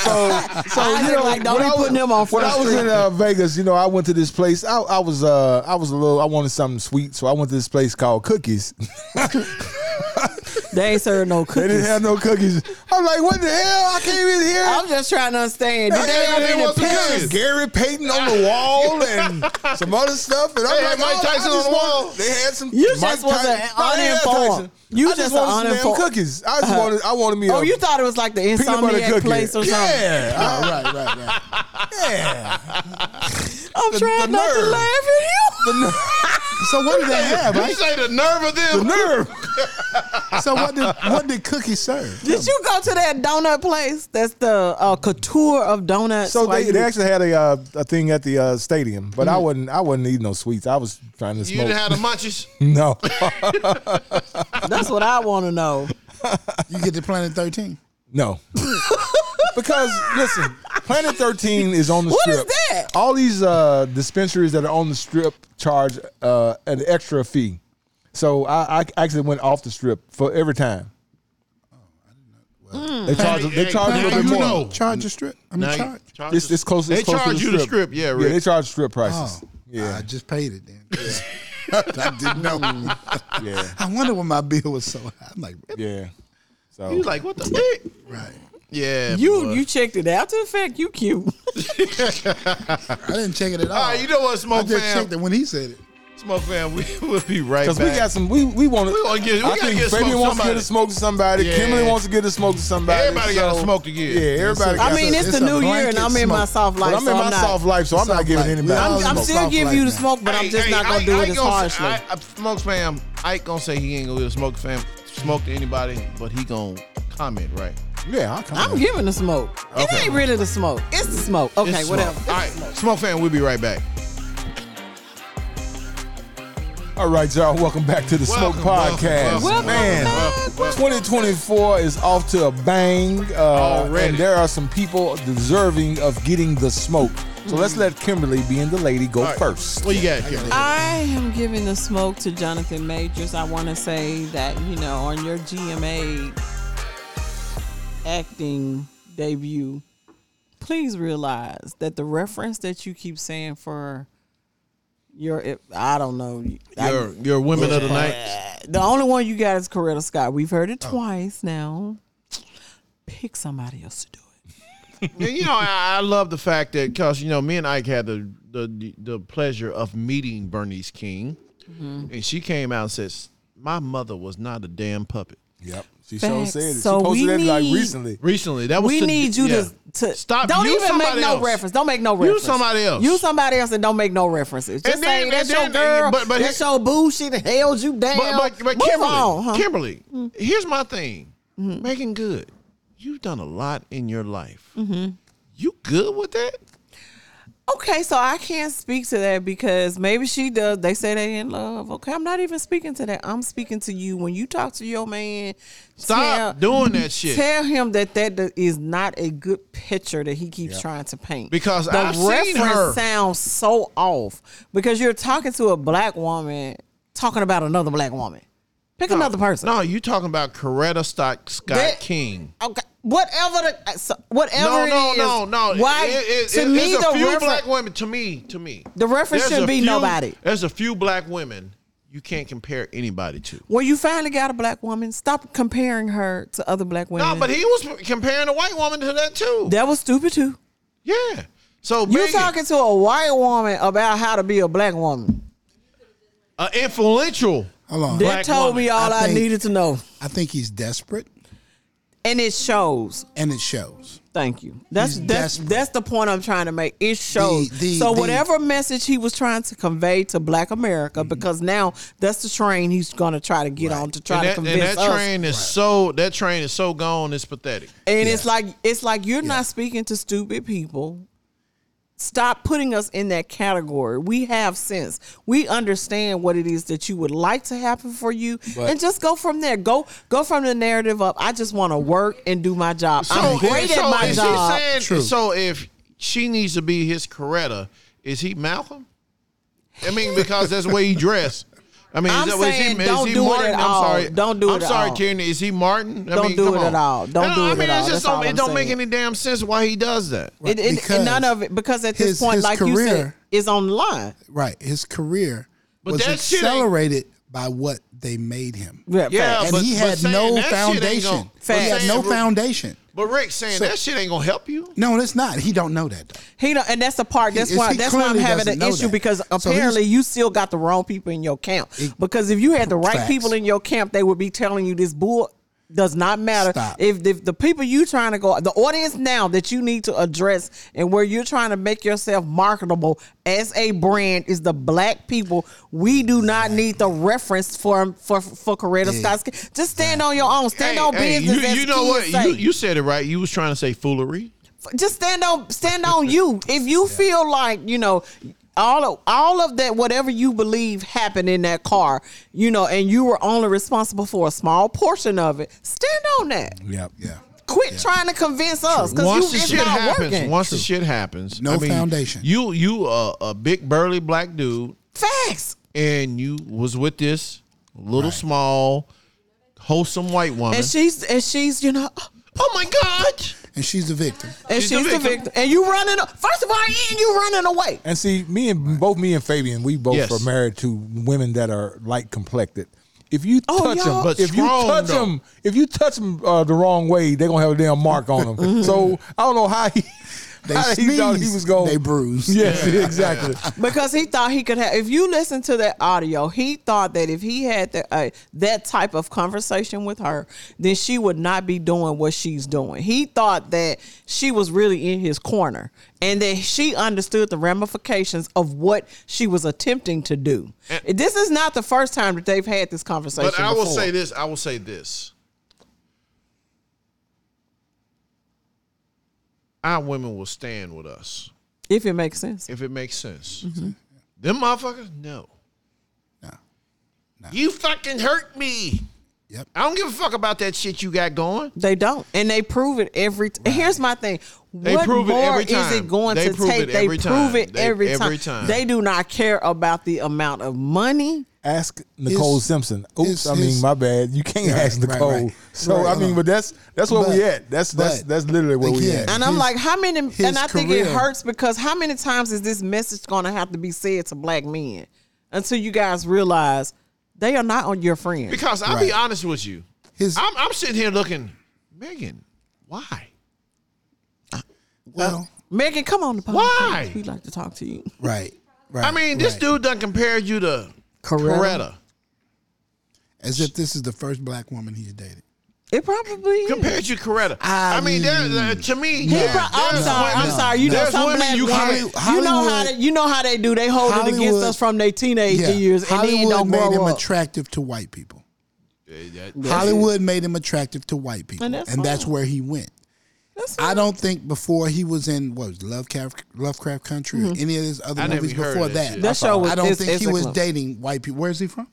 S1: So, so
S3: Isaac
S1: you know,
S3: like, don't
S1: when
S3: be
S1: I was-
S3: putting them on
S1: When I
S3: front
S1: was
S3: street.
S1: in uh, Vegas, you know, I went to this place. I, I was, uh, I was a little. I wanted something sweet, so I went to this place called Cookies. *laughs*
S3: They ain't serving no
S1: they didn't
S3: cookies.
S1: have no cookies. I'm like, what the hell? I came in here.
S3: I'm just trying to understand. Did they
S2: Yeah,
S3: have
S2: they
S3: any
S2: want some
S3: pictures?
S2: cookies.
S1: There's Gary Payton on the wall and
S2: *laughs*
S1: some other stuff. And I'm
S2: They
S1: like,
S2: had Mike
S1: oh, I
S2: Tyson
S1: just
S2: on the
S1: want-
S2: wall.
S1: They had some.
S3: You just
S1: Mike
S3: was
S1: Tyson.
S3: a
S1: No, they had
S3: uninformed.
S1: Tyson.
S3: You
S1: I just
S3: just a
S1: wanted some damn
S3: uninformed-
S1: cookies. I just wanted. I wanted me.
S3: Oh,
S1: a
S3: you thought it was like the
S1: peanut butter
S3: insomniac
S1: cookie.
S3: place or something?
S1: Yeah.
S4: oh, right, right, right.
S3: I'm
S1: The-
S3: trying
S1: the
S3: not to
S1: nerve.
S3: laugh at you.
S4: So what did they have?
S2: You
S4: Right?
S2: say the nerve of
S1: The
S2: them.
S1: nerve.
S4: So what did what did cookies serve?
S3: Did you go to that donut place? That's the uh, couture of donuts.
S1: So
S3: Why
S1: they,
S3: you-
S1: they actually had a uh, a thing at the uh, stadium, but I wasn't I wasn't eating no sweets. I was trying to
S2: You
S1: smoke.
S2: didn't have the
S4: *laughs*
S2: munchies.
S1: no,
S3: that's what I want
S2: *laughs*
S3: to know.
S4: You get to Planet Thirteen.
S1: no, *laughs* because listen, Planet Thirteen is on the
S3: What is
S1: strip.
S3: that?
S1: All these uh, dispensaries that are on the strip charge uh, an extra fee. So I, I actually went off the strip for every time.
S2: Oh,
S1: They charge
S2: Hey,
S1: they
S2: hey,
S1: charge a
S2: now
S1: little bit
S2: you
S1: more.
S2: know.
S4: Charge a strip. I mean, charge.
S1: It's, it's close.
S2: They
S1: it's close to
S2: charge
S1: the
S2: you the strip, yeah,
S1: yeah.
S2: Rick.
S1: They charge strip
S4: Oh,
S1: prices.
S4: yeah.
S1: Yeah,
S4: I just paid it then. *laughs* I didn't know.
S1: yeah,
S4: I wonder why my bill was so high. I'm like,
S1: yeah. So
S2: You like what the heck?
S4: right.
S2: Yeah,
S3: You
S2: boy.
S3: you checked it after the fact. You cute.
S4: I didn't check it at all.
S2: All right, you know what,
S4: I
S2: smoke
S4: just
S2: fam,
S4: checked it when he said it.
S2: smoke fam. We *laughs* will be right back.
S1: Because we got some, we we want to.
S2: We gonna get- we
S1: I
S2: gotta
S1: think
S2: get a smoke
S1: Fabian
S2: to
S1: wants to get
S2: somebody.
S1: a smoke to somebody.
S2: Yeah.
S1: Kimberly wants to get a smoke to somebody.
S2: Everybody got a smoke to get.
S1: Yeah, everybody.
S4: Yes,
S1: got
S3: I mean,
S1: some-
S3: it's,
S4: It's
S3: the
S4: a
S3: new year, and
S4: blanket
S3: I'm in my
S4: smoke.
S3: soft
S1: But
S3: life.
S1: I'm in
S3: so
S1: my
S3: I'm not,
S1: soft life, so I'm not
S4: soft
S1: giving
S4: life.
S1: anybody.
S4: I'm-
S3: I'm,
S1: smoke.
S3: I'm still
S4: soft
S3: giving
S4: life
S3: you the
S4: now.
S3: smoke, but I'm
S2: Hey,
S3: just
S2: hey,
S3: not gonna
S2: Ike-
S3: do
S2: Ike
S3: it as
S2: gonna say-
S3: harshly.
S2: I, I, smoke fam. Ike gonna say he ain't gonna be a smoke fam. Smoke to anybody, but he gonna comment right.
S1: yeah, I'll come.
S3: I'm giving the smoke. It
S2: Okay.
S3: ain't really the smoke. It's the smoke. Okay,
S2: It's
S3: whatever.
S2: Smoke. All right, smoke fam. We'll be right back.
S1: All right, y'all. Welcome back to the
S2: Welcome,
S1: Smoke Podcast.
S2: welcome, welcome,
S1: Man,
S2: welcome, welcome.
S1: 2024 is off to a bang, uh,
S2: Already.
S1: and there are some people deserving of getting the smoke. So let's let Kimberly, being the lady, go
S2: Mm. All right.
S1: first.
S2: What you got, Kim?
S3: I am giving the smoke to Jonathan Majors. I want to say that, you know, on your GMA acting debut, please realize that the reference that you keep saying for your, I don't know, I-
S2: Your your women of the night.
S3: the only one you got is Coretta Scott. We've heard it twice now. Pick somebody else to do it.
S2: And, you know, I, I love the fact that because you know, me and Ike had the the the pleasure of meeting Bernice King,
S3: Mm-hmm.
S2: and she came out and says, "My mother was not a damn puppet."
S1: Yep, she sure
S3: Facts.
S1: said it.
S3: So
S1: she posted
S3: we
S1: that like
S3: need-
S1: recently.
S2: Recently, that was
S3: We
S2: to-
S3: need you
S2: yeah.
S3: to, to
S2: stop.
S3: Don't
S2: Use
S3: even make
S2: somebody
S3: no
S2: else.
S3: reference. Don't make no
S2: Use
S3: reference.
S2: somebody else.
S3: Use somebody else and don't make no references. Just
S2: And
S3: say
S2: then-
S3: that's
S2: and
S3: your
S2: then-
S3: girl.
S2: but- but
S3: that's
S2: here-
S3: your boo. She done held you down.
S2: But, but, but
S3: Move
S2: Kimberly,
S3: on, huh? Mm-hmm.
S2: Kimberly, here's my thing. Making good. You've done a lot in your life.
S3: Mm-hmm.
S2: You good with that?
S3: Okay, so I can't speak to that because maybe she does. They say they in love. Okay, I'm not even speaking to that. I'm speaking to you. When you talk to your man, tell-
S2: Stop doing that shit.
S3: Tell him that that do- is not a good picture that he keeps trying to paint.
S2: Because
S3: the
S2: I've seen
S3: reference
S2: her.
S3: sounds so off. Because you're talking to a black woman talking about another black woman. Pick another person.
S2: No, you talking about Coretta Scott, Scott
S3: That-
S2: King.
S3: Okay. Whatever the uh, so- whatever
S2: No, no,
S3: it is,
S2: no, no.
S3: Why
S2: It, it,
S3: to
S2: it-
S3: me
S2: it's
S3: the
S2: a few
S3: reference
S2: black women. To me, to me,
S3: The reference
S2: there's
S3: should
S2: a
S3: be
S2: few-
S3: nobody.
S2: There's a few black women you can't compare anybody to.
S3: Well, you finally got a black woman. Stop comparing her to other black women.
S2: No, but he was comparing a white woman to that too.
S3: that was stupid too.
S2: yeah. So
S3: You
S2: Megan,
S3: talking to a white woman about how to be a black woman?
S2: an uh, influential.
S4: Hold on.
S3: That
S2: Black
S3: told
S2: woman.
S3: me all
S4: I
S3: I,
S4: think-
S3: needed to know,
S4: I think he's desperate,
S3: and it shows.
S4: and it shows.
S3: Thank you. That's
S4: He's
S3: that's
S4: desperate.
S3: that's the point I'm trying to make. It shows.
S4: the-
S3: so
S4: the-
S3: whatever message he was trying to convey to Black America,
S4: Mm-hmm.
S3: because now that's the train he's going to try to get on to try
S2: And
S3: to
S2: that, and
S3: convince
S2: that
S3: us.
S2: train is so that train is so gone. It's pathetic.
S3: and it's like it's like you're not speaking to stupid people. Stop putting us in that category. We have sense. We understand what it is that you would like to happen for you,
S1: But-
S3: and just go from there. Go go from the narrative up. I just want to work and do my job. I'm great
S2: so
S3: at my
S2: is
S3: job.
S2: She saying,
S4: True.
S2: So if she needs to be his Coretta, is he Malcolm? I mean, because that's the way he
S3: *laughs*
S2: dressed. I mean,
S3: I'm
S2: is that what is
S3: saying
S2: he, is
S3: don't
S2: he
S3: do it
S2: Martin?
S3: at
S2: I'm
S3: all.
S2: sorry.
S3: Don't do
S2: I'm
S3: it at
S2: sorry,
S3: all.
S2: Kieran. Is he Martin? I
S3: Don't
S2: mean,
S3: do
S2: come
S3: it at
S2: on.
S3: all. Don't
S2: No,
S3: do
S2: I
S3: it
S2: mean,
S3: at all.
S2: It's just
S3: That's all
S2: don't,
S3: I'm
S2: it don't make
S3: saying.
S2: any damn sense why he does that.
S3: It, it,
S4: Because
S3: none of it because at this
S4: his-
S3: point,
S4: his
S3: like you said,
S4: career-
S3: is on the line.
S4: Right. His career
S2: But
S4: was
S2: that shit ain't-
S4: accelerated by what they made him.
S2: Yeah,
S4: And
S2: but-
S4: he
S2: but
S4: had
S2: saying
S4: no
S2: that shit ain't
S4: foundation.
S2: gonna-
S4: He had
S3: Facts.
S4: no
S2: Saying-
S4: foundation.
S2: But Rick saying
S4: So-
S2: that shit ain't gonna help you.
S4: No, that's not. He don't know that. Though.
S3: He don't, and that's the part. That's
S4: He-
S3: why.
S4: he
S3: That's why I'm
S4: clearly
S3: having
S4: doesn't
S3: an
S4: know
S3: issue
S4: that.
S3: because
S4: So he's-
S3: apparently you still got the wrong people in your camp. because if you had the right
S4: Facts.
S3: people in your camp, they would be telling you this bull does not matter.
S4: Stop.
S3: If, if the people you trying to go, the audience now that you need to address and where you're trying to make yourself marketable as a brand is the black people. We do not need the reference for for for Coretta Scott. Ski- Just stand on your own. Stand
S2: Hey,
S3: on
S2: hey,
S3: business.
S2: you,
S3: as
S2: you know
S3: kids
S2: what? You,
S3: say
S2: you said it right. You was trying to say foolery.
S3: just stand on stand on you. If you feel like you know all of all of that, whatever you believe happened in that car, you know, and you were only responsible for a small portion of it. Stand on that.
S4: Yep. Yeah.
S3: Quit trying to convince us because
S2: Once the
S3: you it's
S2: shit
S3: not
S2: happens,
S3: working.
S2: once the shit happens,
S4: No
S2: I mean,
S4: foundation.
S2: You you uh, a big burly black dude,
S3: Facts.
S2: and you was with this little small, wholesome white woman.
S3: And she's and she's you know.
S2: oh my god!
S4: And she's
S2: *laughs*
S4: the victim.
S3: And she's,
S2: She's the
S3: the
S2: victim.
S3: victim. And you running. First of all, and you running away.
S1: And see, me and both me and Fabian, we both
S2: Yes.
S1: are married to women that are light complected. If you
S3: Oh,
S1: touch
S3: y'all-
S1: them,
S2: But
S1: if you
S2: strong,
S1: touch
S2: though.
S1: them, if you touch them uh, the wrong way, they're gonna have a damn mark on
S4: *laughs*
S1: them. so I don't know how he,
S4: They
S1: how he thought he
S4: sneeze,
S1: was going.
S4: they bruise.
S1: *laughs* Yes,
S4: *laughs*
S1: exactly.
S3: because he thought he could have. If you listen to that audio, he thought that if he had the, uh, that type of conversation with her, then she would not be doing what she's doing. He thought that she was really in his corner and that she understood the ramifications of what she was attempting to do. this is not the first time that they've had this conversation.
S2: But I will
S3: before.
S2: say this. I will say this. Our women will stand with us
S3: if it makes sense.
S2: if it makes sense.
S4: Mm-hmm.
S2: Them motherfuckers, no.
S4: No.
S2: You fucking hurt me.
S4: Yep.
S2: I don't give a fuck about that shit you got going.
S3: They don't, and they prove it every. T- Here's my thing:
S2: They
S3: what
S2: prove it
S3: more
S2: every
S3: is
S2: time.
S3: it going
S2: They
S3: to
S2: prove
S3: take?
S2: it
S3: they
S2: every
S3: prove
S2: time.
S3: it
S2: They-
S3: every,
S2: every time.
S3: time. They do not care about the amount of money.
S1: Ask Nicole
S4: It's-
S1: Simpson. Oops,
S4: it's-
S1: I mean
S4: it's-
S1: my bad. You can't
S4: Right,
S1: ask
S4: right,
S1: Nicole.
S4: right.
S1: So
S4: Right,
S1: I mean,
S4: uh-huh.
S1: but that's that's where we
S4: But-
S1: at. That's that's
S4: but-
S1: that's literally where we
S4: Again,
S1: at.
S3: And I'm
S4: His-
S3: like, how many? And
S4: his
S3: I think it
S4: career-
S3: hurts because how many times is this message going to have to be said to black men until you guys realize they are not on your friend?
S2: Because I'll be
S4: Right.
S2: honest with you.
S4: His
S2: I'm, I'm sitting here looking, Megan, why?
S4: well,
S3: Megan, come on the podcast.
S2: Why?
S3: We'd like to talk to you.
S4: right, right.
S2: I mean, this
S4: right.
S2: dude done compared you to
S3: Coretta.
S2: Coretta.
S4: as if this is the first black woman he's dated.
S3: It probably is.
S2: Compared you to Coretta. I mean, there, there- to me,
S3: He
S2: there-
S3: pro- I'm
S2: there's
S3: sorry. I'm
S2: women-
S3: sorry. You know
S2: there's
S3: some
S2: women
S3: black
S2: you
S3: women.
S2: can't.
S3: you
S4: Hollywood-
S3: know how they, you know how they do. They hold it against
S4: Hollywood-
S3: us from their teenage years, and then
S4: Hollywood
S3: don't
S4: made him
S3: grow up.
S4: attractive to white people.
S2: Yeah, that-
S4: Hollywood made him attractive to white people,
S3: And
S4: and
S3: that's
S4: that's,
S3: fine.
S4: where he went.
S3: That's
S4: I don't think before he was in what was it, Lovecraft Lovecraft Country or any of his other
S2: I never
S4: movies
S2: heard
S4: before
S2: of that
S4: that.
S2: shit.
S3: Mm-hmm. That show was-
S4: I don't
S3: it's-
S4: think
S3: it's
S4: he was
S3: excellent.
S4: dating white people. Where is he from?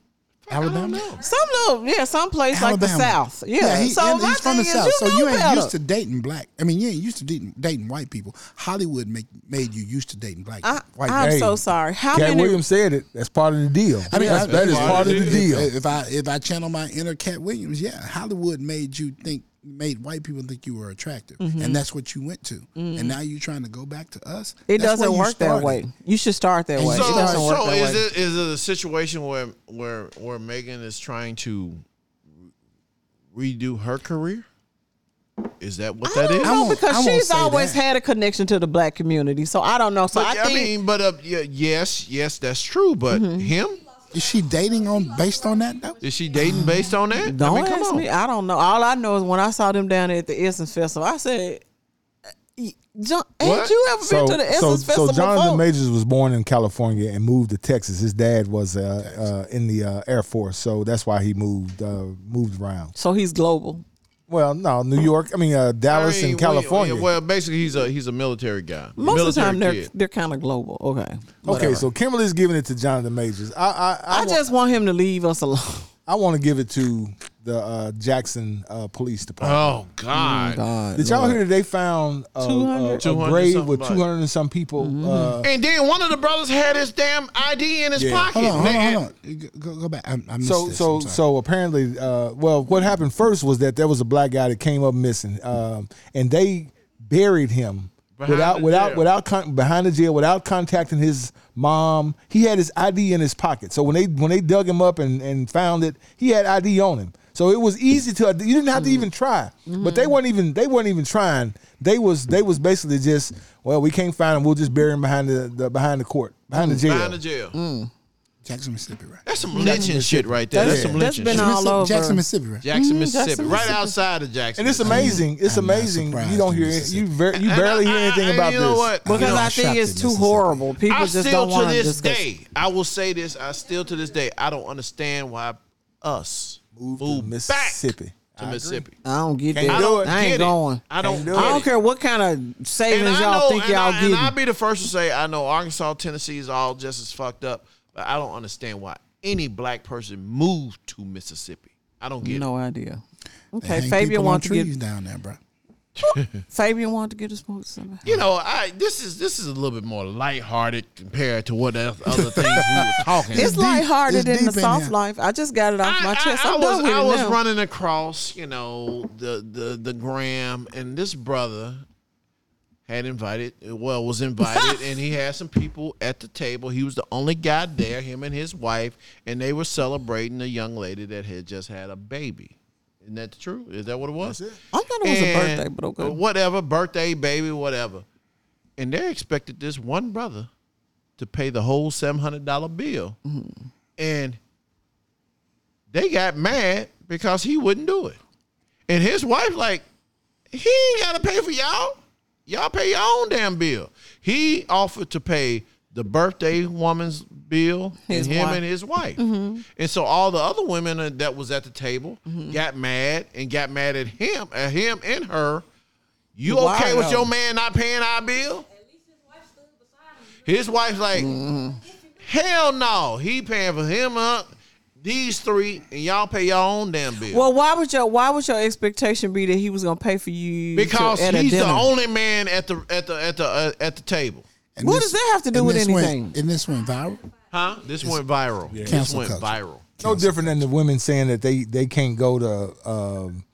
S4: Alabama.
S3: some little, yeah, some place like the
S4: Alabama.
S3: South, yeah.
S4: he-
S3: so
S4: and
S3: my
S4: he's from the
S3: thing
S4: South,
S3: is, you
S4: so you
S3: know
S4: ain't
S3: better.
S4: used to dating black. I mean, you ain't used to dating, dating white people. Hollywood make, made you used to dating black.
S3: I,
S4: white
S3: I'm
S1: Hey,
S3: so sorry. How
S1: Cat
S3: many?
S1: Williams said it. That's part of the deal. I mean, that's, that is part of the
S4: if-
S1: deal.
S4: If, I if I channel my inner Cat Williams, yeah, Hollywood made you think made white people think you were attractive,
S3: Mm-hmm.
S4: and that's what you went to, and now you're trying to go back to us.
S3: It
S4: That's where
S3: doesn't
S4: you
S3: work that
S4: started.
S3: way. You should start that way.
S2: So,
S3: it doesn't work
S2: so
S3: that
S2: is
S3: way.
S2: it is it a situation where where where Megan is trying to redo her career? Is that what that
S3: I
S2: is?
S3: don't
S4: I
S3: know
S4: won't- I
S3: because
S4: won't
S3: she's
S4: say
S3: always
S4: that.
S3: had a connection to the black community, so I don't know. So
S2: But,
S3: I
S2: I,
S3: think Mm-hmm.
S2: mean, but uh, yeah, yes, yes, that's true. But him
S4: Is she dating on based on that? though?
S2: is she dating based on that?
S3: Don't
S2: I mean,
S3: ask me. I don't know. All I know is when I saw them down there at the Essence Festival, I said, "Y- John, "Ain't
S2: What?
S3: you ever
S1: So,
S3: been to the
S1: so,
S3: Essence
S1: so
S3: Festival?"
S1: Jonathan
S3: before?
S1: Majors was born in California and moved to Texas. His dad was uh, uh, in the uh, Air Force, so that's why he moved uh, moved around.
S3: so he's global.
S1: Well, no, New York. I mean, uh, Dallas
S2: I mean,
S1: and
S2: we-
S1: California.
S2: Well, basically, he's a he's a military guy.
S3: Most
S2: military
S3: of the time, they're
S2: kid.
S3: they're kind of global. Okay.
S1: okay, so Kimberly's giving it to Jonathan Majors. I I, I,
S3: I
S1: wa-
S3: just want him to leave us *laughs* alone.
S1: I want to give it to the uh, Jackson uh, Police Department.
S2: Oh
S3: Mm,
S2: God.
S3: Uh,
S1: Did y'all hear that they found a, a,
S3: 200?
S1: a
S2: 200
S1: grave
S2: something
S1: with
S2: body.
S1: two hundred and some people? Uh,
S2: And then one of the brothers had his damn ID in his
S1: Yeah.
S2: pocket.
S4: Hold on, hold
S2: They-
S4: on, hold on. Go, go back. I, I missed
S1: so
S4: this.
S1: so
S4: I'm sorry.
S1: so apparently uh well what happened first was that there was a black guy that came up missing um and they buried him
S2: Behind
S1: without
S2: the
S1: without
S2: jail.
S1: without con- behind the jail without contacting his mom he had his id in his pocket so when they when they dug him up and and found it he had id on him so it was easy to you didn't have to even try but they weren't even they weren't even trying they was they was basically just well we can't find him we'll just bury him behind the, the behind the court behind the jail
S2: Behind the jail.
S4: Jackson, Mississippi, right?
S2: That's some lynching shit right there. That's,
S1: That's-
S2: some
S3: that's
S2: lynching
S3: been
S2: shit.
S3: all
S4: Mississippi-
S3: over.
S4: Jackson, Mississippi, right?
S2: Jackson, Mississippi,
S3: Jackson,
S2: right
S3: Mississippi.
S2: outside of Jackson.
S1: And it's amazing. It's
S4: I'm not
S1: amazing.
S4: surprised
S1: You don't
S4: in
S1: hear you
S4: Mississippi.
S1: ver- you
S2: And
S1: barely
S2: I-
S1: hear
S2: I-
S1: anything
S2: and
S1: about
S2: you know
S1: this.
S2: what?
S3: Because
S4: know,
S3: I
S4: I'm
S3: think
S4: shocked
S3: it's
S4: at
S3: too
S4: Mississippi.
S3: horrible. People
S2: I
S3: just
S2: still
S3: don't
S2: to
S3: want
S2: this
S3: discuss.
S2: day, I will say this. I still to this day, I don't understand why us move,
S1: to Mississippi.
S2: Mississippi to Mississippi.
S3: I don't get
S1: Can't
S3: that.
S1: do it.
S3: I ain't
S2: Get it.
S3: going.
S2: I don't.
S1: do
S3: I
S2: get
S3: don't
S2: it.
S3: care what kind of savings y'all think
S2: and
S3: y'all
S2: I,
S3: getting.
S2: And I'll be the first to say I know Arkansas, Tennessee is all just as fucked up, but I don't understand why any black person moved to Mississippi. I don't get
S3: no idea.
S4: They
S3: Okay,
S4: hang
S3: Fabian
S4: people on
S3: wanted to
S4: trees
S3: get
S4: down there, bro.
S3: Fabian wanted to get his smoke somebody.
S2: it. You know, I this is this is a little bit more lighthearted compared to what oth- other things we
S3: *laughs*
S2: were talking.
S3: It's,
S4: It's deep.
S3: lighthearted
S4: It's
S3: in the
S4: deep in
S3: soft
S4: here.
S3: life. I just got it off my chest. I'm
S2: was
S3: done with
S2: I
S3: it
S2: was
S3: now.
S2: running across, you know, the the the gram, and this brother had invited, well, was invited, and he had some people at the table. He was the only guy there, him and his wife, and they were celebrating a young lady that had just had a baby. Isn't that true? Is that what it was?
S3: I thought it was a
S2: And-
S3: birthday, but okay.
S2: Whatever, birthday, baby, whatever. And they expected this one brother to pay the whole seven hundred dollar bill, and they got mad because he wouldn't do it. And his wife like, he ain't gotta pay for y'all. Y'all pay your own damn bill. He offered to pay the birthday woman's bill
S3: His
S2: and him
S3: wife. Mm-hmm.
S2: and his wife. And so all the other women uh, that was at the table got mad and got mad at him, at him and her. You
S3: Wow.
S2: okay with your man not paying our bill? His wife's like,
S3: Mm-hmm.
S2: hell no. He paying for him up, these three, and y'all pay your own damn bill.
S3: Well, why would your why would your expectation be that he was gonna pay for you? to-
S2: because
S3: at a
S2: he's the
S3: dinner?
S2: only man at the at the at the uh, at the table.
S4: And
S3: What does that have to do
S4: and
S3: with
S4: this
S3: anything?
S4: Went, and this went viral.
S2: Huh? This went viral. This
S4: Cancel
S2: went
S4: culture.
S2: viral.
S1: No different than the women saying that they they can't go to um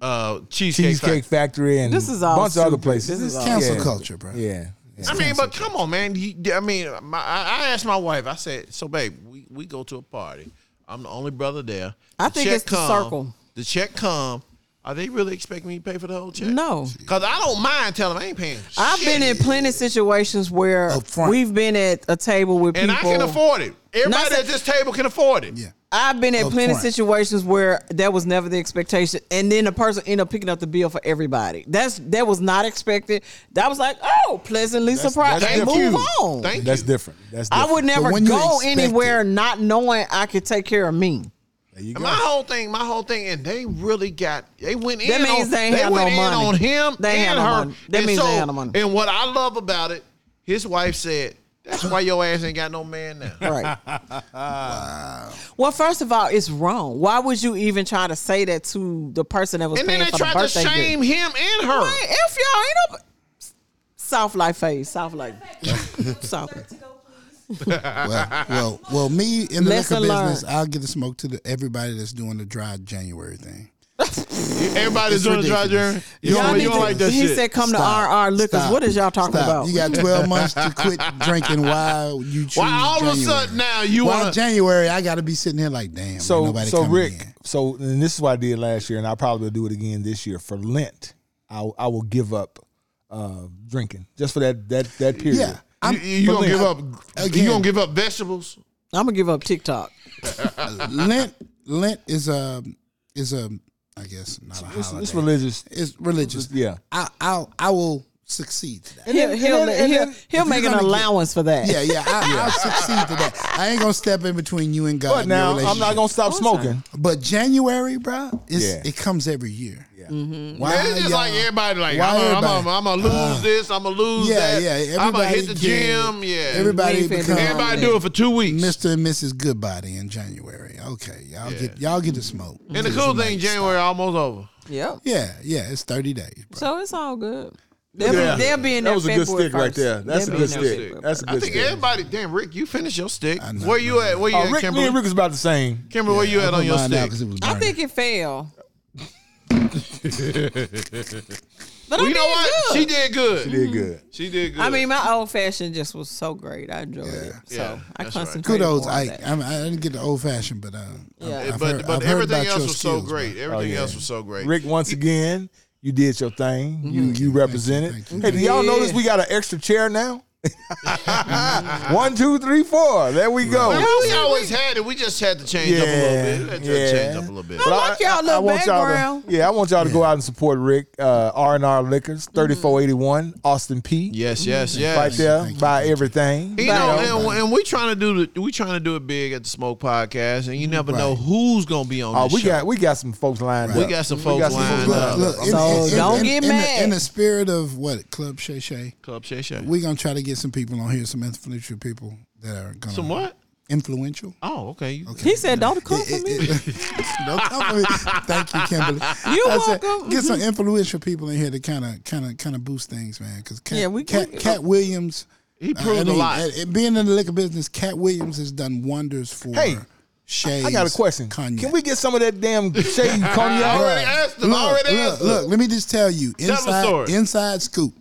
S2: Uh, cheesecake.
S1: Cheesecake
S2: Factory.
S1: Factory and
S3: This is all
S1: a bunch of other
S3: stupid.
S1: places.
S3: This is
S1: Uh, yeah.
S3: all
S4: Cancel culture, bro.
S1: Yeah. yeah.
S2: I mean, but come on, man. You- I mean, my, I I asked my wife. I said, "So, babe, we, we go to a party. I'm the only brother there.
S3: I
S2: The
S3: think
S2: check
S3: it's the circle.
S2: The check come. Are they really expecting me to pay for the whole check?
S3: No.
S2: because I don't mind telling them I ain't paying.
S3: I've
S2: shit.
S3: been in plenty of situations where
S4: Up front.
S3: we've been at a table with
S2: and
S3: people.
S2: I can afford it. Everybody
S3: sa-
S2: at this table can afford it.
S4: Yeah.
S3: I've been at
S4: Up
S3: plenty of
S4: front.
S3: situations where that was never the expectation, and then the person ended up picking up the bill for everybody. That's that was not expected. That was like, oh, pleasantly surprised.
S1: that's
S3: and move
S1: different.
S3: on.
S2: Thank
S1: That's
S2: you.
S1: different. That's
S3: I
S1: different.
S3: would never
S4: when you
S3: go
S4: expect
S3: anywhere not knowing I could take care of me.
S1: There you
S2: And
S1: go.
S2: My whole thing, my whole thing, and they really got they went in.
S3: That means
S2: on,
S3: they ain't had
S2: went
S3: no
S2: in
S3: money.
S2: on him.
S3: They
S2: and
S3: ain't had no
S2: her.
S3: money. That
S2: and
S3: means they
S2: so-
S3: ain't had no money.
S2: And what I love about it, his wife said, "That's why your ass ain't got no man
S3: *laughs*
S2: now." *laughs*
S3: Right. Well, first of all, it's wrong. Why would you even try to say that to the person that was
S2: And then
S3: paying
S2: they
S3: for the
S2: tried to
S3: birthday
S2: shame
S3: gift?
S2: him and her.
S3: Right, if y'all ain't up, South Life phase, South Life, South. Life.
S4: Well, well, well. Me in the
S3: Lesson
S4: liquor business,
S3: learned.
S4: I'll give the smoke to the, everybody that's doing the dry January thing.
S2: Everybody's
S4: It's
S2: doing the dry
S4: ridiculous.
S2: Jeremy. You
S4: Y'all
S2: don't,
S4: need
S2: you don't
S4: to-
S2: like that
S3: he
S2: shit.
S3: said, "Come
S4: Stop.
S3: to RR Liquors."
S4: Stop.
S3: What is y'all talking
S4: Stop.
S3: about?
S4: You got 12 months to quit drinking. Why you choose
S2: Why all
S4: January?
S2: of a sudden now you
S4: Why
S2: want to?
S4: January? I got to be sitting here like, damn. So
S1: So
S4: nobody
S1: so
S4: coming
S1: Rick,
S4: in.
S1: so and this is what I did last year, and I probably do it again this year for Lent. I I will give up uh, drinking just for that that that period.
S4: Yeah,
S2: You,
S4: I'm,
S2: you gonna give up?
S4: Again.
S2: You gonna give up vegetables?
S3: I'm gonna give up TikTok.
S4: *laughs* Lent. Lent is a is a I guess not a
S1: It's,
S4: holiday.
S1: it's religious.
S4: It's religious.
S1: Yeah.
S4: I I'll, I will succeed to that.
S3: He'll
S1: then-
S3: he'll,
S1: and then- and
S3: he'll,
S1: then-
S3: he'll
S4: if
S3: make
S4: you're
S3: an
S4: gonna get-
S3: allowance for that.
S4: Yeah, yeah, I,
S1: *laughs*
S4: I'll succeed to that. I ain't gonna step in between you and God.
S1: But
S4: and your
S1: now I'm not
S4: relationship.
S1: gonna stop smoking.
S4: But January, bro, it's,
S1: Yeah.
S4: it comes every year. Yeah. Why
S2: Man, Mm-hmm. it's just
S3: Ah,
S4: y'all-
S2: like everybody like
S4: why
S2: I'm
S4: everybody-
S2: gonna I'm gonna lose this, I'm gonna lose
S4: Yeah,
S2: that.
S4: yeah.
S2: I'm gonna
S4: Everybody
S2: hit the
S4: get-
S2: gym. Yeah, everybody,
S4: Everybody
S3: ain't finna
S4: becomes
S3: Everybody
S2: do it for two weeks.
S4: Mr. and Mrs. Goodbody in January. Okay, y'all get y'all get to smoke.
S2: and the cool thing, January almost over.
S3: Yep.
S4: Yeah, yeah, it's thirty days. Bro.
S3: So it's all good. They'll,
S1: Yeah.
S3: be, they'll be in
S1: That
S3: there
S1: was a
S3: February
S1: good stick right
S3: 1st.
S1: there. That's
S3: They'll
S1: a
S3: be
S1: good
S3: in there
S1: stick.
S3: February
S1: That's a
S3: 1st.
S2: I
S1: Good
S2: think
S1: stick.
S2: everybody. Damn, Rick, you finish your stick.
S4: I know,
S2: Where you at? Where you
S1: Uh, Rick,
S2: at,
S1: me
S2: Kimberly?
S1: and Rick is about the same.
S2: Kimberly, where you at on your
S4: Mine out
S2: stick?
S4: 'cause it was
S3: I
S4: burning.
S3: think it
S2: *laughs*
S3: fell. but I
S2: You know
S3: did
S2: what?
S3: good.
S2: She did good. She
S1: Did good.
S2: did good.
S3: I mean, my old fashioned just was so great. I enjoyed it. So
S2: Yeah,
S3: I
S2: that's right.
S3: concentrated.
S4: kudos.
S3: more on
S4: I,
S3: that.
S4: I mean, I didn't get the old fashioned, but uh,
S3: Yeah.
S4: I've- I've
S2: but
S4: heard-
S2: but
S4: I've heard about
S2: everything else
S4: your
S2: was
S4: skills,
S2: so
S4: bro.
S2: great. Everything
S1: yeah.
S2: else was so great.
S1: Rick, once again, you did your thing. You you represented.
S4: thank you.
S1: Hey, do y'all
S3: Mm-hmm. Yeah.
S1: notice we got an extra chair now? One, two, three, four. There we go.
S2: Well, we always had it. We just had to change up a
S1: Yeah,
S2: little bit. We had to
S1: yeah.
S2: change up a little bit.
S1: But
S3: like y'all little
S1: Y'all
S3: background.
S1: to, yeah, I want y'all to go out and support Rick uh, R and R Liquors,
S3: Mm-hmm.
S1: thirty four eighty one Austin P.
S2: Yes, yes, yes.
S1: right there.
S4: Thank you,
S1: buy
S4: thank you.
S1: everything.
S2: You know, and, and we trying to do the, we trying to do it big at the Smoke Podcast, and you never know who's gonna be on.
S1: Oh,
S2: this
S1: we
S2: show.
S1: got we got some folks lined
S2: we
S1: up.
S2: got some
S1: We
S2: folks
S1: got some
S2: lined
S1: folks
S2: up.
S1: lined
S4: Look,
S1: up.
S4: in,
S3: So
S4: in- in-
S3: don't
S4: in-
S3: get
S4: in
S3: mad.
S4: The, in the spirit of what Club Shay Shay,
S2: Club Shay Shay.
S4: we're gonna try to get some people on here, some influential people that are gonna
S2: Some what?
S4: influential.
S2: Oh, okay. You-
S3: He said, "Don't come for
S4: It-
S3: me."
S4: it- *laughs* no compliment. Thank you, Kimberly.
S3: You're
S4: I said,
S3: welcome.
S4: Get some influential people in here to kind of, kind of, kind of boost things, man. Because Cat,
S3: Yeah, we-
S4: Cat,
S3: we-
S4: Cat Williams,
S2: He
S4: I- I
S2: proved a
S4: mean,
S2: lot.
S4: uh, it- being in the liquor business, Cat Williams has done wonders for.
S1: Hey,
S4: Shay's
S1: I got a question.
S4: Cognac.
S1: Can we get some of that damn shade
S2: I *laughs* already
S1: cognac?
S2: asked them.
S4: Look,
S2: I already
S4: look,
S2: asked them.
S4: look, let me just tell you
S2: the
S4: inside,
S2: story.
S4: inside scoop.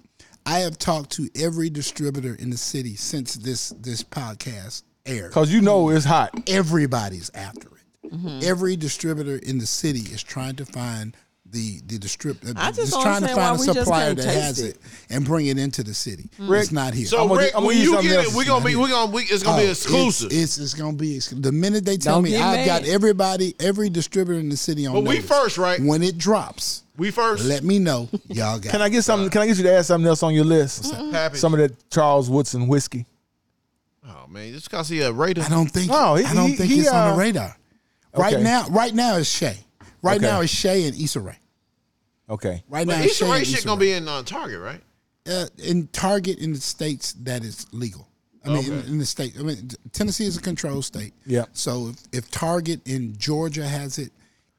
S4: I have talked to every distributor in the city since this this podcast aired.
S1: Because you know it's hot.
S4: Everybody's after it.
S3: Mm-hmm.
S4: Every distributor in the city is trying to find the the distributor.
S3: I just don't
S4: trying to
S3: understand
S4: find
S3: why
S4: a
S3: we just
S4: supplier
S3: can't
S4: that
S3: taste
S4: has
S3: it. Mm.
S4: it. and bring it into the city.
S1: Rick,
S4: it's not here.
S2: So
S1: I'm gonna-
S2: Rick,
S1: I'm gonna
S2: when
S1: use
S2: you
S1: something
S2: get it,
S1: else.
S2: we gonna be we gonna we, it's gonna
S4: Oh,
S2: be
S4: it's-
S2: exclusive.
S4: It's, it's gonna be exclusive. The minute they tell
S3: Don't
S4: me
S3: get
S4: I've got
S3: mad.
S4: everybody, every distributor in the city on.
S2: But we
S4: notice,
S2: first, right?
S4: When it drops,
S2: we first.
S4: let me know. Y'all got.
S1: Can I get something? Can I get you to add something else on your list?
S2: Happy.
S1: Some of that Charles Woodson whiskey.
S2: oh man, just cause he a Raider.
S4: I don't think.
S1: No, he-
S4: I don't
S1: he-
S4: think
S1: he,
S4: it's on
S1: uh,
S4: the radar. Right
S1: okay.
S4: now, right now it's Shay. Right
S1: Okay.
S4: now it's Shay and Issa Rae.
S1: Okay.
S4: Right now,
S2: But
S4: it's
S2: Issa
S4: Shay
S2: Rae
S4: and
S2: shit
S4: Issa
S2: gonna
S4: Rae.
S2: be in on Target, right?
S4: uh, in Target in the states that is legal. I mean, in, in the state. I mean, t- Tennessee is a control state.
S1: Yeah.
S4: So if, if Target in Georgia has it,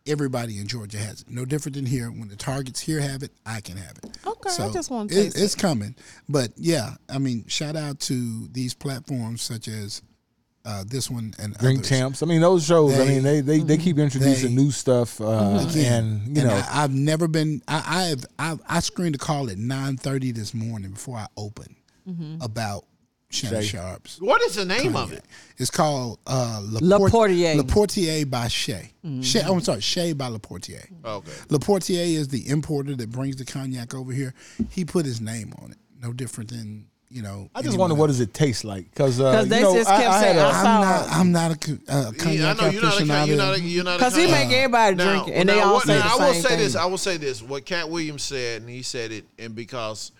S4: everybody in Georgia has it. No different than here. When the Targets here have it, I can have it.
S3: Okay, I just wanna
S4: it-
S3: taste
S4: It's coming, but yeah. I mean, shout out to these platforms such as uh, this one and
S1: Drink
S4: others.
S1: Champs. I mean, those shows. I
S4: They-
S1: mean, they they, they keep introducing
S4: They- Mm-hmm.
S1: new stuff, uh, and you
S4: and
S1: know,
S4: I, I've never been. I, I have. I, I screened a call at nine thirty this morning before I opened
S3: Mm-hmm.
S4: about Shannon
S1: Shay.
S4: Sharps.
S2: What is the name of it?
S4: It's called uh,
S3: Le Portier.
S4: Laportier by Shea. Shea. Oh, I'm sorry, Shea by Laportier.
S2: Okay.
S4: Laportier is the importer that brings the cognac over here. He put his name on it. No different than you know.
S1: I just wonder what does it taste like? Because uh,
S3: 'Cause
S1: you
S3: they
S1: know,
S3: just
S1: I,
S3: kept
S1: I had
S3: saying
S1: a,
S4: I'm
S3: saw
S4: not.
S3: it.
S4: I'm not a co- uh,
S2: Yeah, I
S4: cognac
S2: know you're not a
S4: aficionado.
S2: you're not a you're not a
S3: Because he
S2: con-
S3: make everybody
S2: Now-
S3: drink it, and they all
S2: what-
S3: say
S2: now,
S3: the
S2: I will
S3: same
S2: say
S3: thing.
S2: this. I will say this. What Cat Williams said, and he said it, and because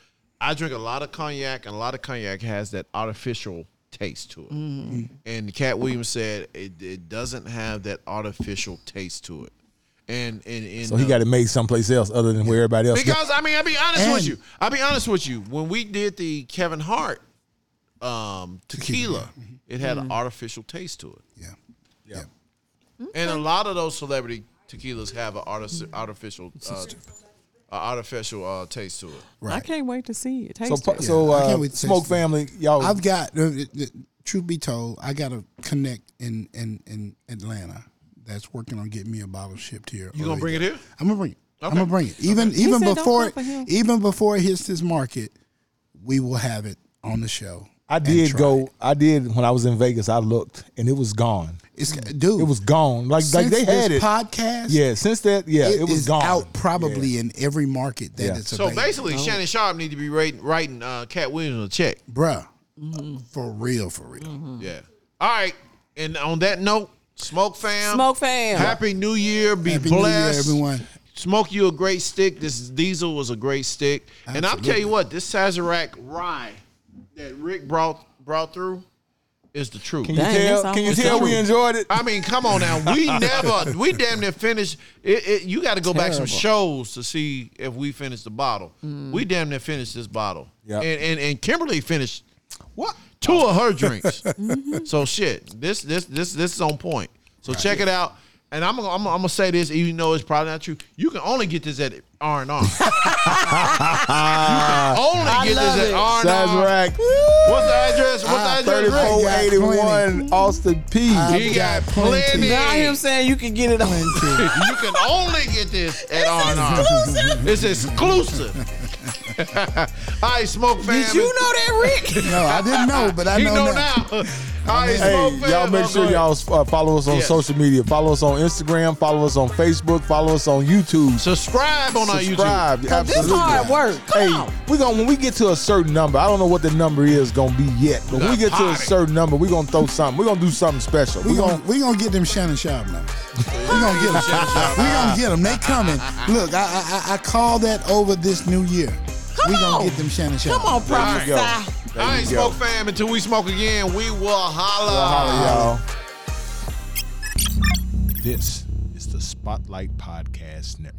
S2: I drink a lot of cognac, and a lot of cognac has that artificial taste to it.
S3: Mm-hmm.
S2: And Cat Williams said it, it doesn't have that artificial taste to it. And and, and
S1: so he
S2: the-
S1: got it made someplace else other than where everybody else.
S2: because I mean, I'll be honest with
S4: And-
S2: you. I'll be honest with you. When we did the Kevin Hart um, tequila,
S3: Mm-hmm.
S2: it had an artificial taste to it.
S4: Yeah. Yeah.
S2: And a lot of those celebrity tequilas have an artis- artificial, uh, a artificial uh, taste to it.
S3: I can't wait to see it. Taste
S1: so
S3: it.
S1: so
S4: I
S1: uh,
S4: can't wait to
S1: smoke
S4: taste it.
S1: family, y'all.
S4: I've got. Uh, it- it- truth be told, I got a connect in in in Atlanta that's working on getting me a bottle shipped here.
S2: You gonna bring it here?
S4: I'm gonna bring it. I'm gonna bring it. Even even
S3: said don't
S4: before
S3: come for him.
S4: even before it hits this market, we will have it on the show.
S1: I
S4: and
S1: did
S4: try
S1: go.
S4: it.
S1: I did when I was in Vegas. I looked and it was gone.
S4: It's dude.
S1: It was gone. Like like
S4: since
S1: they had it.
S4: this podcast.
S1: yeah. Since that, yeah, it,
S4: it
S1: was
S4: is
S1: gone.
S4: out probably in every market that
S1: Yeah.
S4: it's
S2: So
S4: available.
S2: basically,
S3: Oh.
S2: Shannon Sharp need to be writing, writing uh, Cat Williams a check.
S4: bruh,
S3: Mm-hmm.
S4: for real, for real.
S3: Mm.
S2: Yeah. All right. And on that note, Smoke Fam.
S3: Smoke fam.
S2: Happy New Year. Be
S4: Happy New Year,
S2: blessed.
S4: everyone.
S2: Smoke you a great stick. This diesel was a great stick. And I'll tell you what, this Sazerac rye that Rick brought brought through is the truth.
S1: Can you
S3: Dang,
S1: tell?
S3: that's
S1: Can you
S3: almost
S1: tell
S3: true.
S1: we enjoyed it?
S2: I mean, come on now. We never, we damn near finished. It, it, you got to go back some shows to see if we finished the bottle. We damn near finished this bottle.
S1: Yep.
S2: And, and and Kimberly finished
S1: What?
S2: two of her drinks. So shit, this this this this is on point. So check it out. And I'm gonna, I'm gonna I'm gonna say this, even though it's probably not true. You can only get this at R and R. *laughs* Only get
S3: love
S2: this
S3: it.
S2: at R and
S1: Size
S2: R.
S1: rack.
S2: uh, What's the address? What's the
S1: Ah,
S2: address? Rick?
S4: got
S1: 3481 Austin P.
S2: He got plenty.
S3: Now him saying you can get it on.
S2: You can only get this at R and R. It's exclusive. *laughs* All right, smoke fam.
S3: Did you know that,
S1: *laughs*
S3: Rick?
S4: No, I
S3: *laughs*
S4: didn't know, but I
S2: He
S4: know,
S2: know
S4: now.
S2: now. All right,
S1: Hey,
S2: smoke fam.
S1: y'all make
S2: Oh,
S1: sure
S2: go ahead.
S1: y'all uh, follow us on
S2: Yeah.
S1: social media. Follow us on Instagram. Follow us on Facebook. Follow us on YouTube.
S2: subscribe on our YouTube.
S1: Subscribe.
S3: Cause this
S1: Absolutely.
S3: hard work. Come
S1: Hey,
S3: on.
S1: we gonna when we get to a certain number, I don't know what the number is gonna be yet, but when we get to a
S2: party.
S1: certain number, we gonna throw something. we gonna do something special. we
S4: We
S1: gonna
S4: gonna we gonna get them Shannon Sharp numbers. We gonna get them. we gonna get them. They coming. Look, I I, I- I call that over this new year.
S3: Come
S4: we gonna
S3: on.
S4: get them Shannon Sharp.
S3: Come on,
S1: you go.
S3: prophesy.
S1: There
S2: I
S1: you
S2: ain't
S1: go.
S2: smoke fam until we smoke again. We will
S1: Holla,
S2: holla.
S1: y'all. This is the Spotlight Podcast Network.